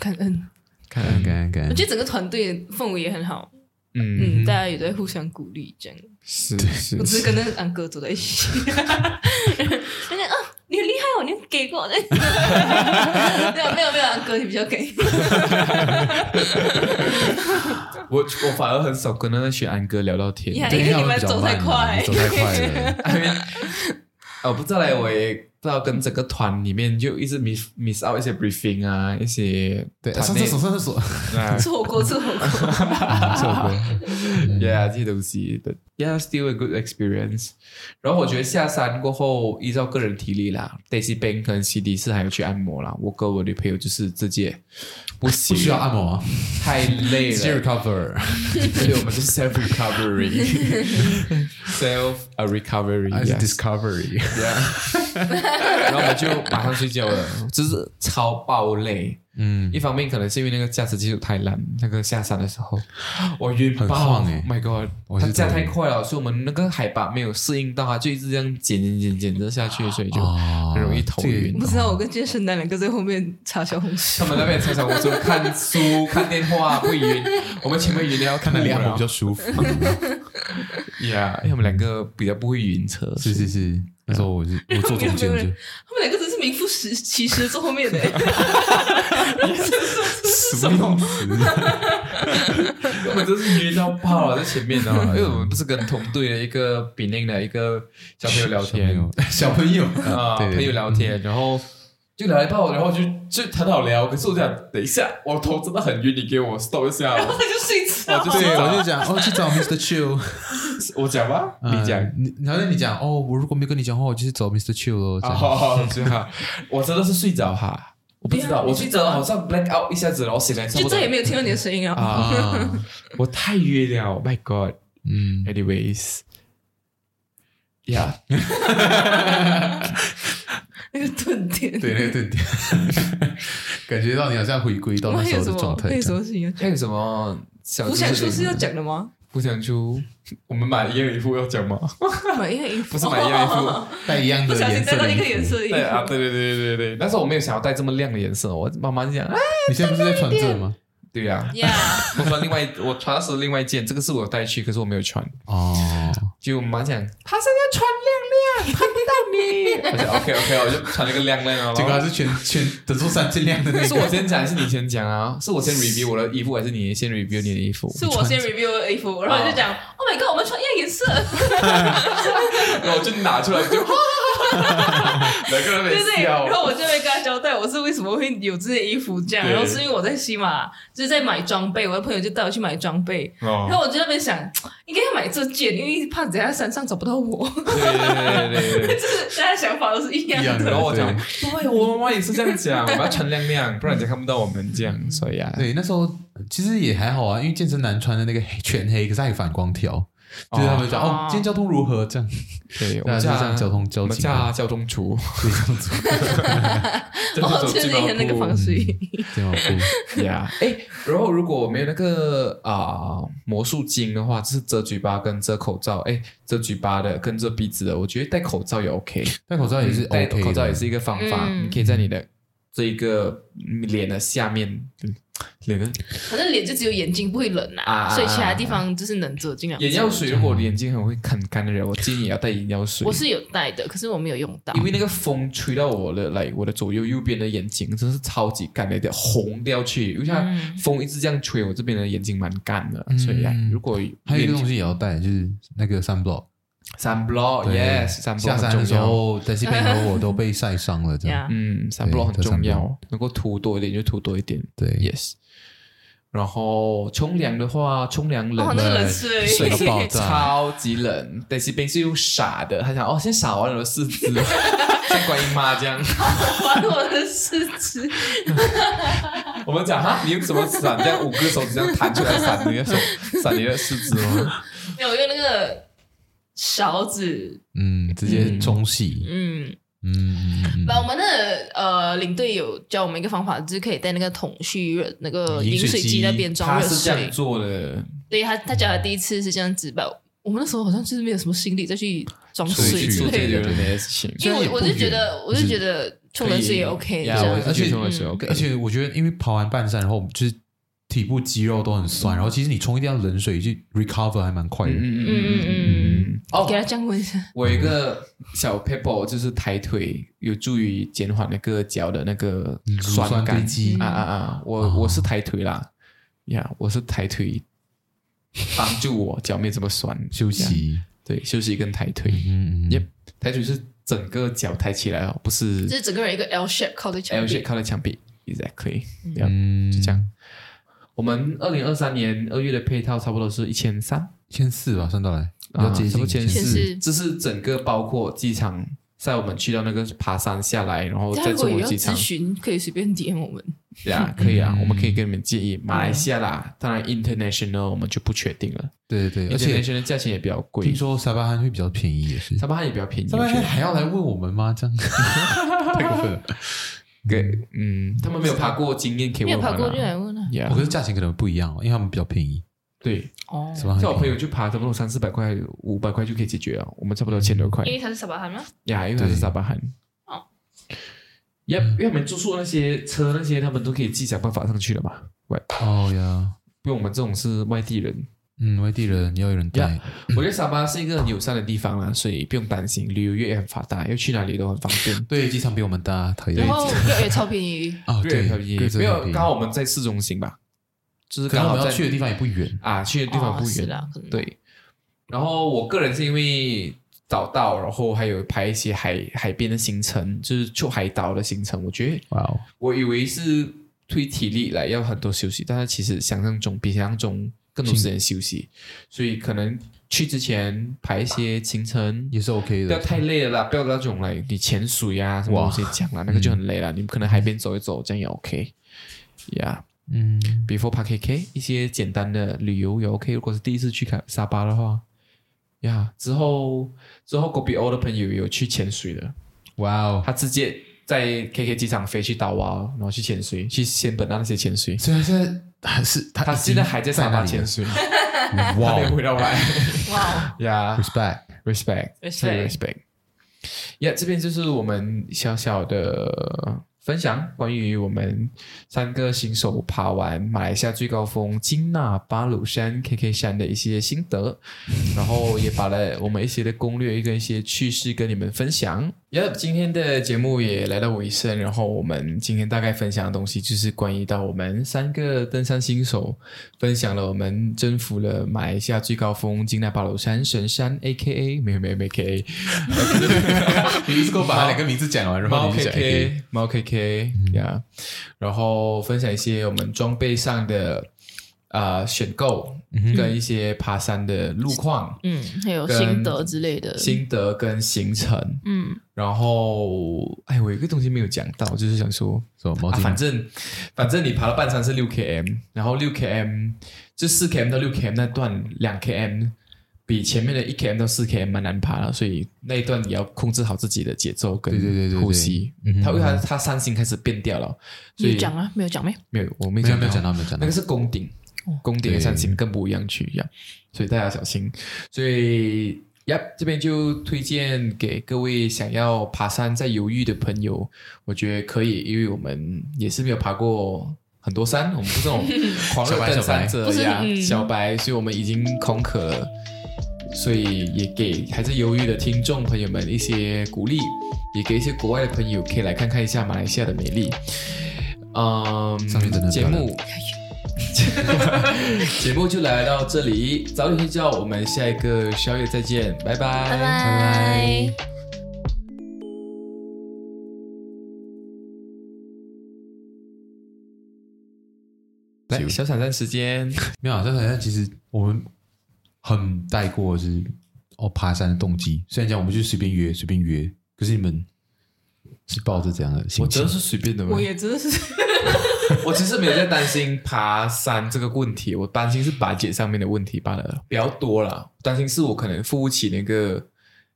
Speaker 2: 感恩，
Speaker 3: 看，
Speaker 4: 感恩感恩感
Speaker 2: 我
Speaker 4: 恩
Speaker 2: 觉。得整个团队的氛围也很好，
Speaker 3: 嗯，
Speaker 2: 嗯，大家也在互相鼓励，这样。
Speaker 4: 嗯
Speaker 3: 是是
Speaker 2: 我只是跟那个安哥走在
Speaker 4: [laughs]
Speaker 2: 一起，他讲啊，你很厉害哦，你很给过，没
Speaker 4: [laughs]
Speaker 2: 有 [laughs] 没有没有，安哥你比较给，
Speaker 3: 我我反而很少跟那些安哥聊到天
Speaker 2: 你，还
Speaker 4: 对
Speaker 2: 因为你
Speaker 4: 要
Speaker 2: 们
Speaker 4: 比较
Speaker 2: 走太
Speaker 4: 慢啊
Speaker 2: 快
Speaker 4: 你走太快了。
Speaker 2: [laughs]
Speaker 3: 哦，不知道嘞，我也不知道跟整个团里面就一直 miss miss out 一些 briefing 啊，一些
Speaker 4: 对，
Speaker 3: 团
Speaker 4: 上
Speaker 3: 内
Speaker 4: 厕所，上厕
Speaker 2: [laughs]
Speaker 4: 所。
Speaker 3: 啊，
Speaker 2: 吃火锅吃火锅。
Speaker 3: 错过，yeah 这些东西，but yeah still a good experience。然后我觉得下山过后，依照个人体力啦，Daisy Ben 跟 CD 是还有去按摩啦。我跟我女朋友就是直接不
Speaker 4: 不
Speaker 3: 行，
Speaker 4: 需要按摩啊，
Speaker 3: 太累
Speaker 4: 直接
Speaker 3: 了，
Speaker 4: recover。
Speaker 3: 所以我们是 self recovery，self a recovery，
Speaker 4: 还是
Speaker 3: yeah
Speaker 4: discovery？
Speaker 3: Yeah 然后我们就马上睡觉了，就是超爆累。
Speaker 4: 嗯 [laughs]
Speaker 3: 一，方面可能是因为那个驾驶技术太烂，那个下山的
Speaker 4: [laughs]
Speaker 3: 时候，我晕
Speaker 4: 很
Speaker 3: 爆
Speaker 4: 晃欸
Speaker 3: m y God，
Speaker 4: 我
Speaker 3: 它
Speaker 4: 是
Speaker 3: 加
Speaker 4: 走
Speaker 3: 太快了，所以我们那个海拔没有适应到啊，它就一直这样减减减减着下去，所以就
Speaker 4: 哦
Speaker 3: 很容易头晕
Speaker 4: 这
Speaker 2: 不知道我跟健身男两个在后面查小红书
Speaker 3: 他，们那边常常我说看书、看电话不晕，我们前面晕的要看
Speaker 4: 看
Speaker 3: 那
Speaker 4: 哪里
Speaker 3: 两
Speaker 4: 按摩
Speaker 3: 秒
Speaker 4: 比较舒
Speaker 2: [laughs]
Speaker 4: 服？
Speaker 2: 啊
Speaker 3: ，Yeah，因为我们两个比较不会晕车，
Speaker 4: [laughs] 是是是，那时候我是我坐中间，
Speaker 2: 没
Speaker 4: 我
Speaker 2: 有没有
Speaker 4: 就
Speaker 2: 他们两个真是名副实其实坐后
Speaker 4: [laughs]
Speaker 2: 面的，
Speaker 4: 什么用词？
Speaker 3: 根本就是晕到爆了，在前面啊，因为我们不是跟同队的一个比邻的一个小朋友聊天，
Speaker 4: 小朋友，
Speaker 3: 啊，
Speaker 4: 对对
Speaker 3: 朋友聊天，然后就聊一炮，然后就就很好聊。可是我讲，等一下，我头真的很晕，你给我 stop 一下。
Speaker 2: 他就睡着
Speaker 3: 我
Speaker 2: 了。
Speaker 3: 就
Speaker 4: [laughs] 对，
Speaker 3: 是
Speaker 4: 我就讲哦，去找 Mr. Chill。
Speaker 3: 我讲吧，你讲。
Speaker 4: 嗯， [laughs] 你然后你讲哦，我如果没跟你讲话，我就是找 Mr. Chill 咯。这
Speaker 3: 啊，
Speaker 4: 样
Speaker 3: 好好好，最好。我真的是睡着哈，我不知
Speaker 2: 对
Speaker 3: 道，
Speaker 2: 啊
Speaker 3: 我睡着了，好像 black out 一下子，然后醒来差
Speaker 2: 就
Speaker 3: 不多
Speaker 2: 再也没有听到你的声音了。
Speaker 3: 啊，
Speaker 4: 啊，
Speaker 3: 我太晕了，Oh，My God。
Speaker 4: 嗯，
Speaker 3: Anyways，Yeah，
Speaker 2: 那个顿
Speaker 4: [laughs]
Speaker 2: 点，
Speaker 4: 对对对 [laughs] 对，感觉到你好像回归到
Speaker 2: 我
Speaker 4: 那
Speaker 2: 还
Speaker 4: 时
Speaker 2: 有
Speaker 4: 候
Speaker 2: 什
Speaker 4: 的状
Speaker 2: 么？
Speaker 4: 态
Speaker 2: 还有
Speaker 4: 这
Speaker 2: 什
Speaker 4: 样。
Speaker 2: 么事情要讲？
Speaker 3: 还有什么小
Speaker 2: 不
Speaker 3: 知识
Speaker 2: 想出
Speaker 3: 可以
Speaker 2: 是要讲的吗？
Speaker 3: 不想出，我们买一样衣服要讲吗？
Speaker 2: 买一样衣服，
Speaker 3: 不是买一样
Speaker 2: [laughs]
Speaker 3: 衣服。
Speaker 4: 带一样
Speaker 2: 不
Speaker 4: 的
Speaker 2: 小心
Speaker 4: 颜
Speaker 2: 带
Speaker 4: 色
Speaker 2: 到
Speaker 4: 的
Speaker 2: 一
Speaker 4: 衣
Speaker 2: 个颜
Speaker 4: 服
Speaker 2: 色，的衣
Speaker 3: 对 [laughs] 啊，
Speaker 2: 服。
Speaker 3: 对对对对对，但是我没有想要带这么亮的颜色，我慢慢想。啊，
Speaker 4: 你现在不是在穿这 [laughs] 吗？
Speaker 3: [laughs] 对呀、
Speaker 2: Yeah，
Speaker 3: 我穿另外我穿的是另外一件，这个是我带去，可是我没有穿。
Speaker 4: 哦，
Speaker 3: 就妈讲，他现在穿亮亮，看不到你。我就 OK OK，我就穿了一个亮
Speaker 4: [laughs]
Speaker 3: 亮啊。
Speaker 4: 结果
Speaker 3: 然
Speaker 4: 还
Speaker 3: 后
Speaker 4: 是全全整座山最亮的那
Speaker 3: 是我
Speaker 4: 个。
Speaker 3: 先讲还是你先讲啊？是我先 review 我的衣服，还是你先 review 你的衣服？
Speaker 2: [laughs] 是我先 review 的衣
Speaker 3: 啊
Speaker 2: 服，然后就讲，Oh my god，我们穿一样颜
Speaker 3: [laughs]
Speaker 2: 色，
Speaker 3: 然后我就拿出来就， [laughs] 两个人
Speaker 2: 对不
Speaker 3: 在
Speaker 2: 对？
Speaker 3: 笑
Speaker 2: 然。后我就会跟他交代我是为什么会有这件衣服这样，
Speaker 3: 对
Speaker 2: 然后是因为我在西马就是在买装备，我的朋友就带我去买装备，然
Speaker 3: 哦，
Speaker 2: 后我就在那边想，应该要买这件，因为怕等下在山上找不到我， [laughs]
Speaker 3: 对对对对对。
Speaker 2: 就是大家想法都是一样
Speaker 4: 一 [laughs] 样
Speaker 2: [laughs]
Speaker 3: 然
Speaker 4: 的
Speaker 3: 后我讲，
Speaker 4: 对
Speaker 3: 对， [laughs] 我妈妈也是这样讲，我们要穿亮亮，不然人家看不到我们这样。所以啊，
Speaker 4: 对，那时候其实也还好啊，因为健身男穿的那个黑全黑，可是还有反光条，就是他们讲
Speaker 2: 哦
Speaker 4: 哦，今天交通如何这样，
Speaker 3: 对，我
Speaker 4: 大
Speaker 3: 们
Speaker 4: 家
Speaker 3: 家
Speaker 4: 就这样交通交
Speaker 3: 我们
Speaker 4: 警
Speaker 3: 家
Speaker 4: 啊，
Speaker 3: 交通
Speaker 2: [laughs]
Speaker 3: 处，
Speaker 4: 对，这样子，
Speaker 3: 这
Speaker 2: 哦，就是那个那个防水衣，
Speaker 4: 对吗？
Speaker 3: 呀。哎，然后如果我没有那个啊魔术巾的话，就是遮嘴巴跟遮口罩，哎，遮嘴巴的跟遮鼻子的，我觉得戴口罩也 OK，
Speaker 4: [laughs] 戴口罩也是
Speaker 3: 戴
Speaker 4: OK，的
Speaker 3: 嗯口罩也是一个方法，
Speaker 2: 嗯
Speaker 3: 你可以在你的这一个嗯脸的下面，嗯脸的
Speaker 2: 反正脸就只有眼睛不会冷啊，
Speaker 3: 啊
Speaker 2: 所以其他地方就是能遮尽量遮。
Speaker 3: 眼药水，如果你眼睛很会很干的人，我建议也要戴眼药水
Speaker 2: 我。是有带的，可是我没有用到
Speaker 3: 因。为那个风吹到我的来，我的左右右边的眼睛真是超级干的，有点红掉去。因为它
Speaker 2: 嗯
Speaker 3: 风一直这样吹，我这边的眼睛蛮干的，所以啊
Speaker 4: 嗯
Speaker 3: 如果
Speaker 4: 还有一个东
Speaker 3: 西
Speaker 4: 西也要带，就是那个 sunblock。
Speaker 3: 三 block
Speaker 4: 对
Speaker 3: yes 三 block
Speaker 4: 下山的
Speaker 3: 哦很
Speaker 4: 时
Speaker 3: 重要，
Speaker 4: 候，在西北和我都被晒伤了，这样。
Speaker 2: [laughs] 呀，
Speaker 3: 嗯，三
Speaker 4: 对
Speaker 3: block 很
Speaker 4: 这
Speaker 3: 重
Speaker 4: 三
Speaker 3: 要
Speaker 4: block，
Speaker 3: 能够涂多一点就涂多一点
Speaker 4: 对，
Speaker 3: yes。然后冲凉的话，冲凉冷
Speaker 2: 哦，那个
Speaker 3: 了
Speaker 2: 冷水，
Speaker 4: 水到爆炸
Speaker 3: 超级冷，但是冰是用傻的，他想哦，先傻完了四
Speaker 2: [laughs]
Speaker 3: 肢，像观音妈这样。
Speaker 2: 玩我的四肢，
Speaker 3: 我们讲哈，你用什么伞？这样五个手指这样弹出来伞，你的手伞你的四肢吗？
Speaker 2: 没有用那个勺子，
Speaker 4: 嗯，直接冲洗，
Speaker 2: 嗯，
Speaker 4: 嗯，嗯
Speaker 2: 把我们的呃领队有教我们一个方法，就是可以带那个桶去热那个
Speaker 4: 饮
Speaker 2: 饮
Speaker 4: 水
Speaker 2: 水机
Speaker 4: 机
Speaker 2: 那边装
Speaker 3: 他
Speaker 2: 热
Speaker 3: 是这样
Speaker 2: 水。
Speaker 3: 做的，
Speaker 2: 对他，他讲他第一次是这样子吧。我们那时候好像就是没有什么心力再去装
Speaker 4: 所以
Speaker 2: 水
Speaker 4: 去
Speaker 2: 之
Speaker 3: 做
Speaker 4: 对
Speaker 3: 这
Speaker 2: 类
Speaker 3: 个
Speaker 2: 的，
Speaker 3: 人的事情。
Speaker 2: 因为我我
Speaker 4: 虽然也
Speaker 2: 是
Speaker 4: 不
Speaker 2: 觉得，我是觉得冲冷水也 OK 这
Speaker 3: 呀，我也
Speaker 2: 样。
Speaker 3: 是觉得冲冷水
Speaker 2: 嗯
Speaker 3: OK，
Speaker 4: 而且我觉得，因为跑完半山，然后就是体部肌肉都很酸，然后其实你冲一定要冷水去 recover 还蛮快的。
Speaker 3: 嗯嗯
Speaker 2: 嗯嗯嗯
Speaker 3: 哦
Speaker 2: 嗯，给他降温一下。
Speaker 3: 我有一个小 paper 就是抬腿有助于减缓那个脚的那个
Speaker 4: 嗯乳酸
Speaker 3: 感
Speaker 4: 堆积
Speaker 3: 啊啊啊！我、
Speaker 4: 哦
Speaker 3: 我是抬腿啦，呀、我是抬腿，帮助我脚没这么酸。
Speaker 4: 休
Speaker 3: Yeah，
Speaker 4: 息，
Speaker 3: 对，休息跟抬腿，
Speaker 4: 嗯嗯
Speaker 3: Yep 抬腿是整个脚抬起来哦，不是
Speaker 2: 就是整个人一个 L shape 靠在墙
Speaker 3: L
Speaker 2: 壁
Speaker 3: shape 靠在墙壁，exactly。
Speaker 4: 嗯，
Speaker 3: 就这样，我们二零二三年二月的配套差不多是一千三，
Speaker 4: 千四吧，算到来，比较
Speaker 3: 啊，
Speaker 4: 接
Speaker 3: 什
Speaker 4: 近
Speaker 3: 么前
Speaker 2: 前
Speaker 3: 四
Speaker 2: 四，
Speaker 3: 这是整个包括机场，在我们去到那个爬山下来，然后
Speaker 2: 大家
Speaker 3: 再
Speaker 2: 如
Speaker 3: 坐
Speaker 2: 果有
Speaker 3: 回
Speaker 2: 要
Speaker 3: 机场
Speaker 2: 咨，询，可以随便点我们。
Speaker 3: 对啊，可以啊，
Speaker 4: 嗯
Speaker 3: 我们可以给你们建议。马来西亚
Speaker 2: 嗯
Speaker 3: 啦，当然 international 我们就不确定了
Speaker 4: 对对对，而且
Speaker 3: ，international 价钱也比较贵
Speaker 4: 听，说沙巴汉会比较便宜，也是。
Speaker 3: 沙巴汉也比较便宜，
Speaker 4: 沙
Speaker 3: 我
Speaker 4: 巴
Speaker 3: 觉
Speaker 4: 汉 [laughs]
Speaker 3: 得
Speaker 4: 还要来问我们吗？
Speaker 3: [laughs]
Speaker 4: 这样太过分了。
Speaker 3: 给嗯，他们没有爬过经验可以
Speaker 2: 没
Speaker 3: 问
Speaker 2: 有
Speaker 3: 我
Speaker 2: 爬过就
Speaker 3: 们啊。
Speaker 2: 来问啊。
Speaker 4: 我可
Speaker 3: Yeah，
Speaker 4: 是价钱可能不一样，因为他们比较便宜，
Speaker 3: 对，
Speaker 2: 哦，
Speaker 4: 是吧？
Speaker 3: 像我朋友去爬，差不多三四百块、五百块就可以解决了，我们差不多千多块
Speaker 4: 嗯
Speaker 2: 因。为他是沙巴汉吗？
Speaker 3: 呀，因为他是
Speaker 4: 对
Speaker 3: 沙巴汉。
Speaker 2: 哦。
Speaker 3: Yep，因为我们住宿那些车那些，他们都可以自己想办法上去的嘛。
Speaker 4: 哦呀，
Speaker 3: 因为我们这种是外地人，
Speaker 4: 嗯，外地人要有人带，
Speaker 3: 我觉得沙巴是一个很友善的地方啦，所以不用担心，旅游业也很发达，要去哪里都很方便。
Speaker 4: 对，机场比我们大，讨厌
Speaker 2: 然。后票也超便宜，
Speaker 4: 啊，
Speaker 3: 越
Speaker 4: 对，
Speaker 3: 便宜，
Speaker 4: 越
Speaker 3: 没有，
Speaker 4: 便宜
Speaker 3: 刚好我们在市中心吧，就是
Speaker 4: 可能
Speaker 3: 刚
Speaker 4: 我
Speaker 3: 好
Speaker 4: 们要
Speaker 3: 在
Speaker 4: 去的地方也不远。
Speaker 3: 啊，去的地方
Speaker 2: 哦
Speaker 3: 不
Speaker 2: 是
Speaker 3: 远。
Speaker 2: 啦，可能。
Speaker 3: 对，嗯然后我个人是因为找到，然后还有排一些海海边的行程，就是去海岛的行程。我觉得
Speaker 4: 哇哦，
Speaker 3: 我以为是推体力来要很多休息，但是其实想象中比想象中更多时间休息，所以可能去之前排一些行程，
Speaker 4: 也是 OK
Speaker 3: 不要
Speaker 4: 的。
Speaker 3: 太累了啦，不要那种来你潜水啊什么东西讲啦，那个就很累了。你们可能海边走一走，这样也 OK。
Speaker 4: 嗯，
Speaker 3: Yeah，before 爬 KK 一些简单的旅游也 OK。如果是第一次去卡沙巴的话，Yeah，之后之后 g o b i o 的朋友有去潜水的，
Speaker 4: 哇哦，
Speaker 3: 他直接在 KK 机场飞去岛哇，然后去潜水，去仙本那那些潜水。
Speaker 4: 虽然现在还是他
Speaker 3: 他
Speaker 4: 已
Speaker 3: 现
Speaker 4: 经
Speaker 3: 在还在
Speaker 4: 在
Speaker 3: 沙巴
Speaker 4: 那里了
Speaker 3: 潜水，
Speaker 4: 哇 [laughs]
Speaker 3: 他没有
Speaker 4: 哦
Speaker 3: 回到来。 [laughs]
Speaker 2: 哇，
Speaker 3: Yeah，
Speaker 4: ，respect，
Speaker 3: respect
Speaker 2: Respect
Speaker 3: respect。Yeah，这边就是我们小小的分享，关于我们三个新手爬完马来西亚最高峰金纳巴鲁山 KK 山的一些心得，然后也把了我们一些的攻略跟一些趣事跟你们分享。Yep，今天的节目也来到尾声，然后我们今天大概分享的东西就是关于到我们三个登山新手分享了我们征服了马来西亚最高峰金奈巴鲁山神山 （A K A） 没有没有没 K A，
Speaker 4: 你一次给我把他两个名字讲完，然
Speaker 3: 猫
Speaker 4: 后你就讲
Speaker 3: K
Speaker 4: AK。
Speaker 3: K 猫 K K
Speaker 4: 嗯
Speaker 3: 呀，然后分享一些我们装备上的啊选购
Speaker 4: 嗯
Speaker 3: 跟一些爬山的路况、
Speaker 2: 嗯，还有
Speaker 3: 跟
Speaker 2: 心得之类的。
Speaker 3: 心得跟行程。
Speaker 2: 嗯，
Speaker 3: 然后，哎，我有一个东西没有讲到，就是想说，
Speaker 4: 什么毛
Speaker 3: 啊，
Speaker 4: 巾
Speaker 3: 反正反正你爬了半山是六 km，然后六 km 就四 km 到六 km 那段两 km 比前面的一 km 到四 km 蛮难爬了，所以那一段你要控制好自己的节奏跟
Speaker 4: 对对对对对
Speaker 3: 呼吸。
Speaker 4: 嗯哼
Speaker 3: 它因为它它山形开始变掉了，所
Speaker 2: 有
Speaker 3: 以
Speaker 2: 讲啊，没有讲没有？
Speaker 3: 没有我没
Speaker 4: 没有
Speaker 3: 讲
Speaker 4: 没有讲到没有讲
Speaker 3: 那
Speaker 4: 到
Speaker 3: 个，是宫顶，
Speaker 2: 哦
Speaker 3: 宫顶的山形更不一样去一样，所以大家小心。所以呀，这边就推荐给各位想要爬山在犹豫的朋友，我觉得可以，因为我们也是没有爬过。很多山，我们是
Speaker 2: [laughs]
Speaker 3: 这种狂热登山者
Speaker 2: 小白
Speaker 3: 呀
Speaker 2: 不是，嗯
Speaker 3: 小白，所以我们已经空渴了，所以也给还在犹豫的听众朋友们一些鼓励，也给一些国外的朋友可以来看看一下马来西亚的美丽。嗯
Speaker 4: 上面真的，很
Speaker 3: 节
Speaker 4: 漂亮
Speaker 3: 目节目就来到这里，早点睡觉，我们下一个宵夜再见，拜拜，
Speaker 2: 拜拜。
Speaker 3: 来小彩蛋时间，
Speaker 4: 没有啊，这好像其实我们很带过就是哦爬山的动机。虽然讲我们就随便约随便约，可是你们是抱着怎样的心
Speaker 3: 我
Speaker 4: 情
Speaker 3: 真的？是随便的吗
Speaker 2: 我？也真的是，
Speaker 3: 我其实没有在担心爬山这个问题，我担心是拔节上面的问题罢了，比较多啦。担心是我可能付不起那个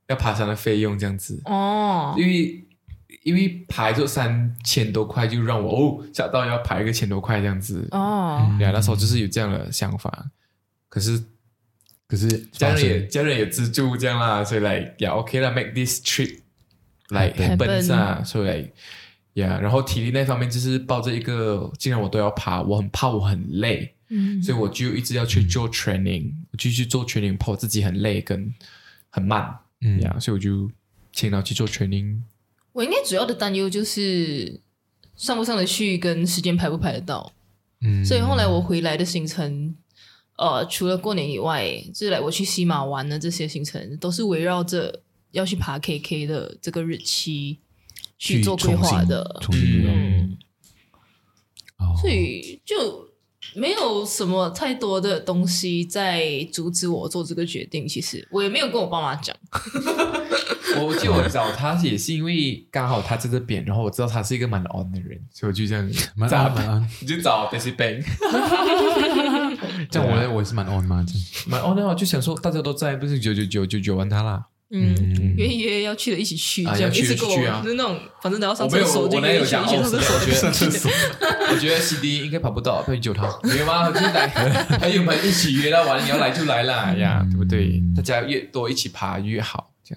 Speaker 3: 要爬山的费用这样子，
Speaker 2: 哦，
Speaker 3: 因为因为爬就三千多块，就让我哦吓到要爬一个千多块这样子。
Speaker 4: 嗯
Speaker 2: 哦，
Speaker 3: 对啊，那时候就是有这样的想法，可是
Speaker 4: 可是
Speaker 3: 家
Speaker 4: 发
Speaker 3: 人
Speaker 4: 生
Speaker 3: 也家人也资助这样啦，所以 like yeah OK 啦，make this trip like
Speaker 4: Happen
Speaker 3: happens 啊，所以 like yeah，然后体力那方面就是抱着一个，既然我都要爬，我很怕我很累，
Speaker 2: 嗯，
Speaker 3: 所以我就一直要去做 training，我就去做 training，怕我自己很累跟很慢，
Speaker 4: 嗯
Speaker 3: 呀，所以我就请他去做 training。
Speaker 2: 我应该主要的担忧就是上不上得去，跟时间排不排得到。
Speaker 4: 嗯
Speaker 2: 所以后来我回来的行程，呃，除了过年以外，就是来我去西马玩啊的这些行程，都是围绕着要去爬 KK 的这个日期去做规划的。
Speaker 4: 重新遇到
Speaker 2: 嗯，
Speaker 4: 哦
Speaker 2: 所以就没有什么太多的东西在阻止我做这个决定。其实我也没有跟我爸妈讲。
Speaker 3: 我记得我找他也是因为刚好他在这边，然后我知道他是一个蛮 on 的人，所以我就这样
Speaker 4: 蛮
Speaker 3: 找
Speaker 4: on 蛮 on，
Speaker 3: 你就找 Daisy Bang。
Speaker 4: 这样我也我也是蛮 on 嘛，这样
Speaker 3: 蛮哦，那我就想说，大家都在，不是九九九就九完他啦。
Speaker 2: 嗯，
Speaker 4: 嗯
Speaker 2: 约一约要去的一起去，
Speaker 3: 啊
Speaker 2: 这样
Speaker 3: 要
Speaker 2: 一
Speaker 3: 去
Speaker 2: 直
Speaker 3: 就
Speaker 2: 跟我
Speaker 3: 去啊
Speaker 2: 就是那种，反正等到
Speaker 3: 我
Speaker 2: 上
Speaker 3: 没
Speaker 2: 厕
Speaker 3: 有，
Speaker 2: 所就
Speaker 3: 我
Speaker 2: 跟
Speaker 3: 那
Speaker 2: 一
Speaker 3: 有
Speaker 2: 起去
Speaker 3: 讲
Speaker 2: 上
Speaker 3: 哦，我
Speaker 2: 厕所，
Speaker 3: 觉得我觉得 CD 应该跑不到，不然九他没有吗？就来，还有们一起约啦，完你要来就来啦，哎呀，对不对？大家越多一起爬越好，这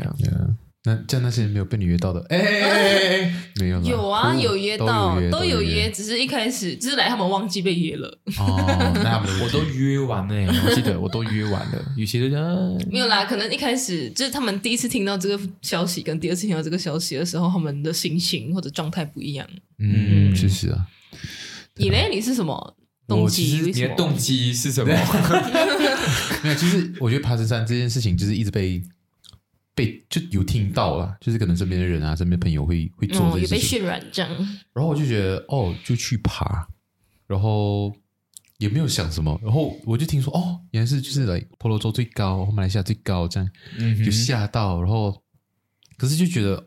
Speaker 3: 样。呀，
Speaker 4: Yeah 那这样那些没有被你约到的，哎哎哎哎哎，没有啦
Speaker 2: 有啊，
Speaker 3: 哦
Speaker 4: 都
Speaker 2: 有约到
Speaker 4: 都，有
Speaker 2: 都有约，
Speaker 4: 约，
Speaker 2: 只是一开始只是来他们忘记被约了，
Speaker 4: 哦，那他们 [laughs] 的
Speaker 3: 我都约完了耶，我记得我都约完了，有些就讲啊
Speaker 2: 没有啦，可能一开始就是他们第一次听到这个消息，跟第二次听到这个消息的时候，他们的心情或者状态不一样。
Speaker 4: 嗯，确实啊，
Speaker 2: 你嘞，嗯你是什么动
Speaker 3: 我其
Speaker 2: 机？
Speaker 3: 实
Speaker 2: 为
Speaker 3: 你
Speaker 2: 什
Speaker 3: 的
Speaker 2: 么？
Speaker 3: 动机是什么？
Speaker 4: 没有，其实我觉得爬神山这件事情就是一直被被就有听到啦，就是可能身边的人啊，身边朋友会会做
Speaker 2: 嗯，
Speaker 4: 这
Speaker 2: 有
Speaker 4: 件
Speaker 2: 被
Speaker 4: 事情，
Speaker 2: 渲染这样。
Speaker 4: 然后我就觉得哦，就去爬，然后也没有想什么，然后我就听说哦，原来是就是来婆罗洲最高，然后马来西亚最高，这样
Speaker 3: 嗯哼
Speaker 4: 就吓到，然后可是就觉得。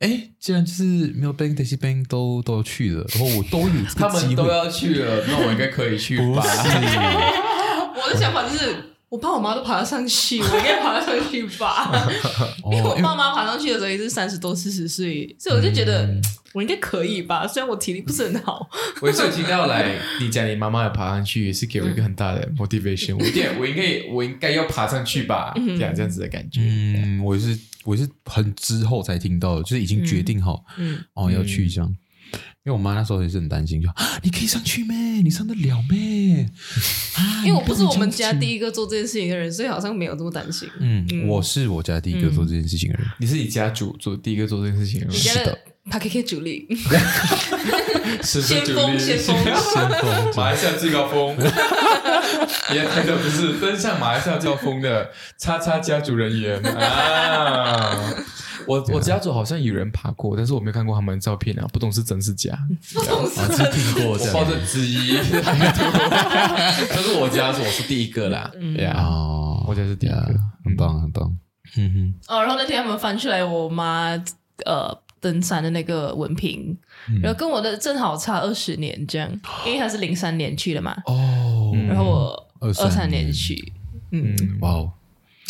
Speaker 4: 哎，既然就是 m i l b a n k Daisy Bank 都都要去了，然后我都有这
Speaker 3: [laughs] 他
Speaker 4: 个机
Speaker 3: 们
Speaker 4: 会
Speaker 3: 都，要去了，那我应该可以去吧？
Speaker 2: 我的想法就是， [laughs] 我怕我妈都爬得上去，我应该爬得上去吧。因为我
Speaker 4: [laughs] 哦因为
Speaker 2: 爸妈爬上去的时候也是三十多、四十岁，所以我就觉得我应该可以吧。虽然我体力不是很好，
Speaker 3: 我也是有听到来，你讲你妈妈有爬上去，也是给我一个很大的
Speaker 4: 嗯
Speaker 3: motivation。我一定，我应该，我应该要爬上去吧，
Speaker 2: 嗯
Speaker 3: 这样这样子的感觉。
Speaker 4: 嗯，我是我是很之后才听到的，就是已经决定好、
Speaker 2: 嗯，
Speaker 4: 哦要去这样。因为我妈那时候也是很担心，就、啊、你可以上去咩？你上得了咩？
Speaker 2: [laughs]
Speaker 4: 啊，
Speaker 2: 因为我不是我们家
Speaker 4: 一，
Speaker 2: 第一个做这件事情的人，所以好像没有这么担心。
Speaker 4: 嗯，
Speaker 2: 嗯
Speaker 4: 我是我家第一个做这件事情的人。
Speaker 3: 你是你家主做第一个做这件事情的人
Speaker 2: 你
Speaker 3: 吗，
Speaker 2: 家的 p a k K 主力，
Speaker 3: 是
Speaker 2: 先锋先锋
Speaker 4: 先锋
Speaker 3: 马来西亚最
Speaker 2: [laughs]
Speaker 3: 高峰。你的抬头不是登上马来西亚最高峰的叉叉家族
Speaker 2: [laughs]
Speaker 3: 人员啊！我我家族好像有人爬过，但是我没有看过他们的照片啊，不懂是真是假。
Speaker 2: 不懂事
Speaker 4: 啊，是听过
Speaker 3: 我
Speaker 4: 这样
Speaker 3: 抱着质疑 [laughs] 的态度，但是我家是我是第一个啦，
Speaker 2: 嗯
Speaker 3: 对啊，
Speaker 4: 哦，
Speaker 3: 我家是第一
Speaker 4: 呀
Speaker 3: 个，
Speaker 4: 很棒很棒。嗯哼，
Speaker 2: 哦，然后那天他们翻出来我妈呃登山的那个文凭，然后跟我的正好差二十年这样，因为她是零三年去的嘛，
Speaker 4: 哦，
Speaker 2: 然后我
Speaker 4: 23
Speaker 2: 嗯二三
Speaker 4: 年
Speaker 2: 年去，嗯，
Speaker 3: 嗯，
Speaker 4: 哇哦，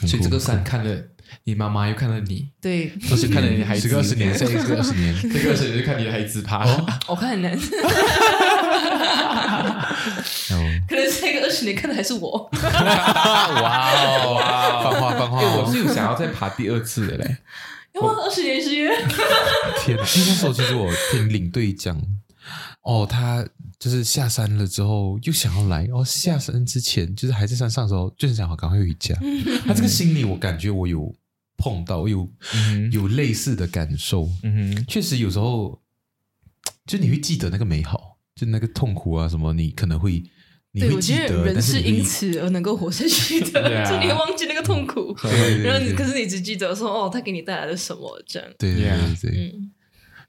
Speaker 4: 很
Speaker 3: 所以这
Speaker 4: 酷
Speaker 3: 个山看了你妈妈，又看了 [laughs] 你，
Speaker 2: 对，
Speaker 3: 而且看了你的孩子，
Speaker 4: 十个二十年，下一个二十年，
Speaker 3: 这个是就看你的孩子爬，
Speaker 2: 我看很难，
Speaker 4: 哦
Speaker 2: [laughs] 可能这个二十年看的还是我，
Speaker 4: 哇哦，
Speaker 3: [laughs] 哇！
Speaker 4: 放话放话
Speaker 3: 因为
Speaker 4: 哦
Speaker 3: 我，是有想要再爬第二次的嘞，
Speaker 2: 要吗？二十年是约，
Speaker 4: 天哪！因为那时候其实我听领队讲，哦，他就是下山了之后又想要来，哦，下山之前就是还在山上的时候，就是想要赶快回家。他这个心理，我感觉我有碰到，我有、
Speaker 3: 嗯哼
Speaker 4: 有类似的感受。
Speaker 3: 嗯哼，
Speaker 4: 确实有时候，就你会记得那个美好，就那个痛苦啊什么，你可能会你
Speaker 2: 对，
Speaker 4: 会
Speaker 2: 我
Speaker 4: 记
Speaker 2: 觉
Speaker 4: 得
Speaker 2: 得，人
Speaker 4: 但是
Speaker 2: 是因
Speaker 4: 你
Speaker 2: 此而能够活下去的，
Speaker 3: 对啊
Speaker 2: 就你会忘记那个痛苦，
Speaker 3: 啊
Speaker 4: 对
Speaker 2: 然后你可是你只记得说哦，他给你带来了什么这样，
Speaker 4: 对对对对对，
Speaker 2: 嗯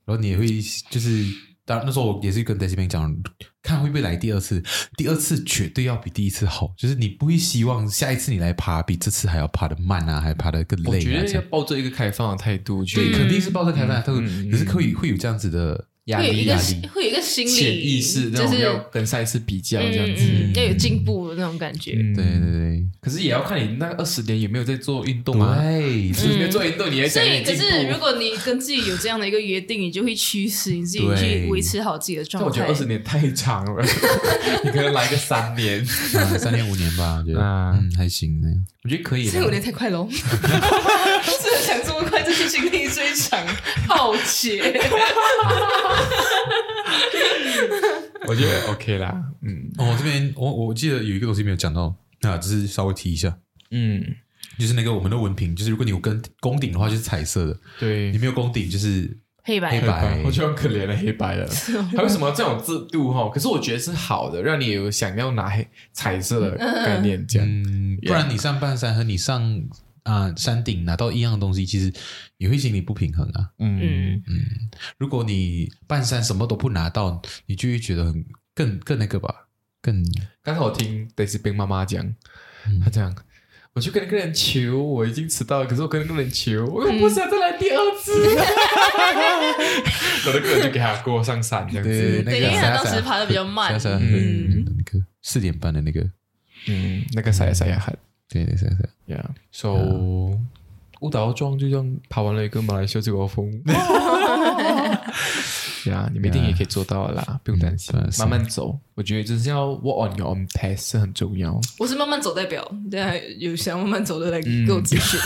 Speaker 4: 然后你也会就是当然那时候我也是跟 d e s i n 讲，看会不会来第二次，第二次绝对要比第一次好，就是你不会希望下一次你来爬比这次还要爬的慢啊，还爬的更
Speaker 3: 我
Speaker 4: 累
Speaker 3: 觉
Speaker 4: 啊
Speaker 3: 得
Speaker 4: 这
Speaker 3: 要
Speaker 4: 样。
Speaker 3: 抱着一个开放的态度去
Speaker 4: 对，
Speaker 2: 嗯
Speaker 4: 肯定是抱着开放的态度，
Speaker 3: 嗯嗯
Speaker 4: 可是可以会有这样子的
Speaker 3: 压
Speaker 2: 会有
Speaker 3: 力
Speaker 2: 一
Speaker 3: 压
Speaker 2: 个
Speaker 3: 力、
Speaker 2: 会有一个心
Speaker 3: 潜意
Speaker 2: 理，
Speaker 3: 识那
Speaker 2: 就
Speaker 3: 种
Speaker 2: 是
Speaker 3: 要跟上一次比较这样
Speaker 2: 嗯
Speaker 3: 子。
Speaker 2: 嗯，要有进步的那种感觉。
Speaker 3: 嗯
Speaker 4: 对对对，哎
Speaker 3: 可是也要看你那二十年有没有在做运动啊。
Speaker 4: 对，
Speaker 3: 是没有做运动，你还
Speaker 2: 嗯所
Speaker 3: 想
Speaker 2: 以，
Speaker 3: 有
Speaker 2: 可
Speaker 3: 进
Speaker 2: 是如
Speaker 3: 步？
Speaker 2: 果你跟自己有这样的一个约定，你就会驱使你自己
Speaker 4: 对
Speaker 2: 去维持好自己的状
Speaker 3: 但
Speaker 2: 态。
Speaker 3: 我觉得二十年太长
Speaker 2: [laughs]
Speaker 3: 了，你可能来个三年。
Speaker 4: 啊三年五年吧，我觉得，
Speaker 3: [laughs] 啊
Speaker 4: 嗯，还行呢。
Speaker 3: 我觉得可以
Speaker 2: 所以我
Speaker 3: 啦
Speaker 2: 年太快 [laughs] 喽，是想这么快就去经历这一场浩劫。
Speaker 3: 我觉得 OK 啦。嗯
Speaker 4: 哦，我这边我我记得有一个东西没有讲到啊，只是稍微提一下，
Speaker 3: 嗯，
Speaker 4: 就是那个我们的文凭，就是如果你有跟拱顶的话，就是彩色的；你
Speaker 3: 对，
Speaker 4: 没有拱顶，就是
Speaker 2: 黑白嗯
Speaker 4: 黑白
Speaker 3: 我觉得很可怜的黑
Speaker 2: [laughs]
Speaker 3: 白的。还为什么这种制度哈？可是我觉得是好的，让你有想要拿黑彩色的概念这样。
Speaker 4: 嗯，不然你上半山和你上啊、山顶拿到一样的东西，其实也会心里不平衡啊。
Speaker 3: 嗯，
Speaker 2: 嗯，
Speaker 4: 如果你半山什么都不拿到，你就会觉得很更更那个吧，更
Speaker 3: 刚才我听 Daisy 冰妈妈讲
Speaker 4: 嗯，
Speaker 3: 她讲。我去跟那个人求，我已经迟到了，可是我跟那个人
Speaker 4: 嗯
Speaker 3: 求，我又不想再来第二次。 [laughs] 我的个人就给他过上山这样子。
Speaker 4: 对那
Speaker 2: 对，
Speaker 4: 个
Speaker 2: 因为他
Speaker 4: 啥
Speaker 2: 当时
Speaker 4: 啥
Speaker 2: 爬的比较慢
Speaker 4: 啥。啥
Speaker 2: 嗯
Speaker 4: 嗯那个四点半的那个，
Speaker 3: 嗯，那个啥呀啥呀喊
Speaker 4: 对对啥啥，
Speaker 3: ，Yeah，so 误打误撞就这样爬完了一个马来西亚最高
Speaker 4: [laughs]
Speaker 3: [laughs] 峰。呀，你们一定也可以做到的啦，不用担心
Speaker 4: 对，是
Speaker 3: 慢慢走。我觉得就是要 work on your own pace 是很重要。
Speaker 2: 我是慢慢走代表，大家有想慢慢走的来给我咨询。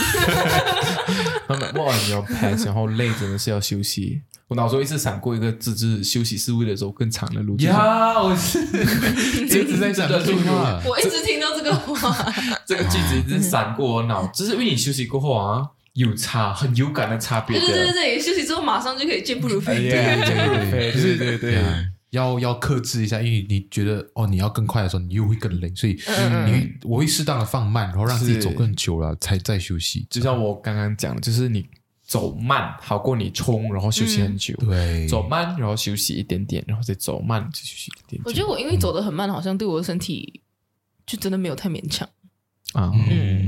Speaker 3: 慢慢 work on your pace，然后累真的是要休息。我脑中一直闪过一个字，就是休息是为了走更长的路。就是
Speaker 4: 呀，我是一直在讲这句话，
Speaker 2: [laughs] 我一直听到这个 [laughs] 话，
Speaker 3: 这个句子一直闪过我脑，就是因为你休息过后啊，有差，很有感的差别
Speaker 2: 对
Speaker 3: 的。
Speaker 2: 对对对，休息之后马上就可以健步如
Speaker 3: 哎
Speaker 2: 飞。
Speaker 3: 呀，
Speaker 4: 对
Speaker 3: 对对对对。
Speaker 4: 啊要要克制一下，因为你觉得哦，你要更快的时候，你又会更累，所以
Speaker 2: 嗯
Speaker 4: 你会我会适当的放慢，然后让自己
Speaker 3: 是
Speaker 4: 走更久了，才再休息。
Speaker 3: 就像我刚刚讲的，就是你走慢好过你冲，然后休息很久。
Speaker 4: 对，
Speaker 3: 走慢，然后休息一点点，然后再走慢，再休息一点点。
Speaker 2: 我觉得我因为走得很慢，好像对我的身体就真的没有太勉 [laughs] 强。
Speaker 3: 啊，
Speaker 4: 嗯嗯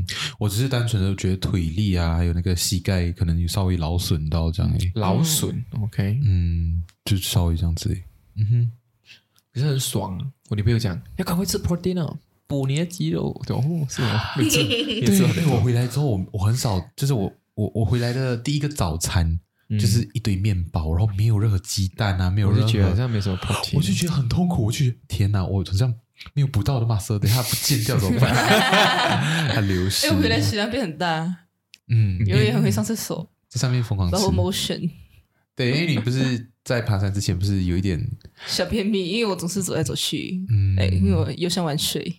Speaker 4: 嗯，我只是单纯的觉得腿力啊，还有那个膝盖可能有稍微劳损到这样而已。
Speaker 3: 劳损，OK，
Speaker 4: 嗯，就稍微这样子而已。嗯哼，
Speaker 3: 可是很爽。啊我女朋友讲要赶快吃 protein 哦，补你的肌肉。我就哦，是吗？
Speaker 2: [laughs]
Speaker 3: 没吃，没吃很
Speaker 4: 对，我
Speaker 3: 多。
Speaker 4: 回来之后，我我很少，就是我我我回来的第一个早餐就是一堆面包，然后没有任何鸡蛋啊，没有
Speaker 3: 嗯我
Speaker 4: 任
Speaker 3: 就
Speaker 4: 何，
Speaker 3: 觉得好像没什么 protein，
Speaker 4: 我就觉得很痛苦，我就觉得天哪，我好像没有补到我的马色，等一下不见掉怎么办？它流失。
Speaker 2: 哎，我回来食量变很大，
Speaker 4: 嗯，
Speaker 2: 因为很会上厕所，
Speaker 4: 在上面疯
Speaker 3: 哦
Speaker 4: 狂吃
Speaker 2: 然。后 motion
Speaker 4: 对，因为你不是在爬山之前不是有一点
Speaker 2: 小便秘，因为我总是走来走去，
Speaker 4: 嗯，
Speaker 2: 哎，因为我又想玩
Speaker 3: [laughs]
Speaker 2: 水。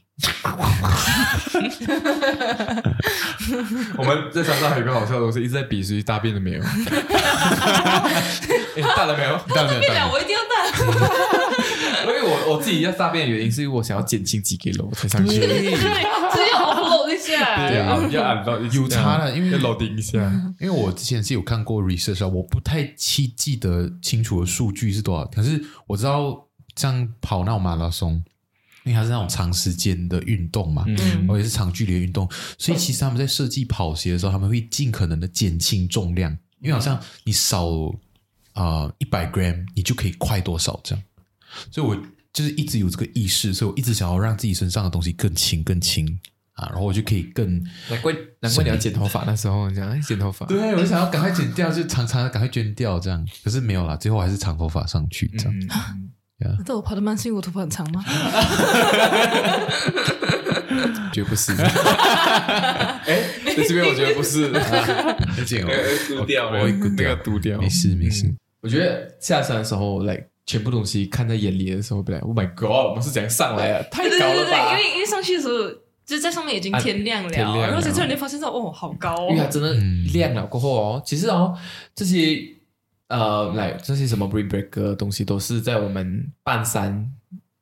Speaker 3: 我们在山上还有一个好笑的东西，一直在比谁大便了 [laughs] 没有。哎 [laughs] 大了没有？
Speaker 4: 大没有大没
Speaker 2: 变了，
Speaker 4: 有
Speaker 2: 哎我一定要大。
Speaker 3: 因为我我自己要大便的原因，是因为我想要减轻几 k 楼才 [laughs] 上去。
Speaker 2: 对，所以要 [laughs]
Speaker 3: 啊
Speaker 2: upload 一下。
Speaker 3: 对啊，要按到
Speaker 4: 有差的因为
Speaker 3: 要楼顶一下。
Speaker 4: [laughs] 因为我之前是有看过 research 啊，我不太记记得清楚的数据是多少，可是我知道像跑那种马拉松，因为它是那种长时间的运动嘛，
Speaker 3: 嗯
Speaker 4: 而且是长距离的运动，所以其实他们在设计跑鞋的时候，他们会尽可能的减轻重量，因为好像你少啊一百 gram，你就可以快多少这样。所以我就是一直有这个意识，所以我一直想要让自己身上的东西更轻更轻啊，然后我就可以更
Speaker 3: 难怪难怪你要剪头发那时候，你讲哎剪头发，
Speaker 4: 对，我就想要赶快剪掉，就长长的赶快捐掉这样。 [laughs] 可是没有啦，最后还是长头发上去这样。
Speaker 3: 嗯，
Speaker 2: 难道我跑得慢是因为我头发很长吗？
Speaker 3: 绝不是。 [laughs] 哎，在这边我觉得不是， [laughs]
Speaker 4: 再见
Speaker 3: 嗯那
Speaker 4: 哦，
Speaker 3: 个哎丢掉了
Speaker 4: 我会丢
Speaker 3: 那
Speaker 4: 掉
Speaker 3: 个丢掉
Speaker 4: 没事没事
Speaker 3: 嗯。我觉得下山的时候，来全部东西看在眼里的时候，本来 Oh my God，我们是怎样上来啊？太
Speaker 2: 对对
Speaker 3: 高
Speaker 2: 对对，
Speaker 3: 了
Speaker 2: 因
Speaker 3: 吧！啊
Speaker 2: 为因为上去的时候就在上面已经天亮了，
Speaker 3: 天亮了
Speaker 2: 然后才突然间发现到哦，好高
Speaker 3: 因为它
Speaker 2: 哦。
Speaker 3: 真的
Speaker 4: 嗯
Speaker 3: 亮了过后哦，其实哦，这些呃，来这些什么 Brain Breaker 的东西，都是在我们半山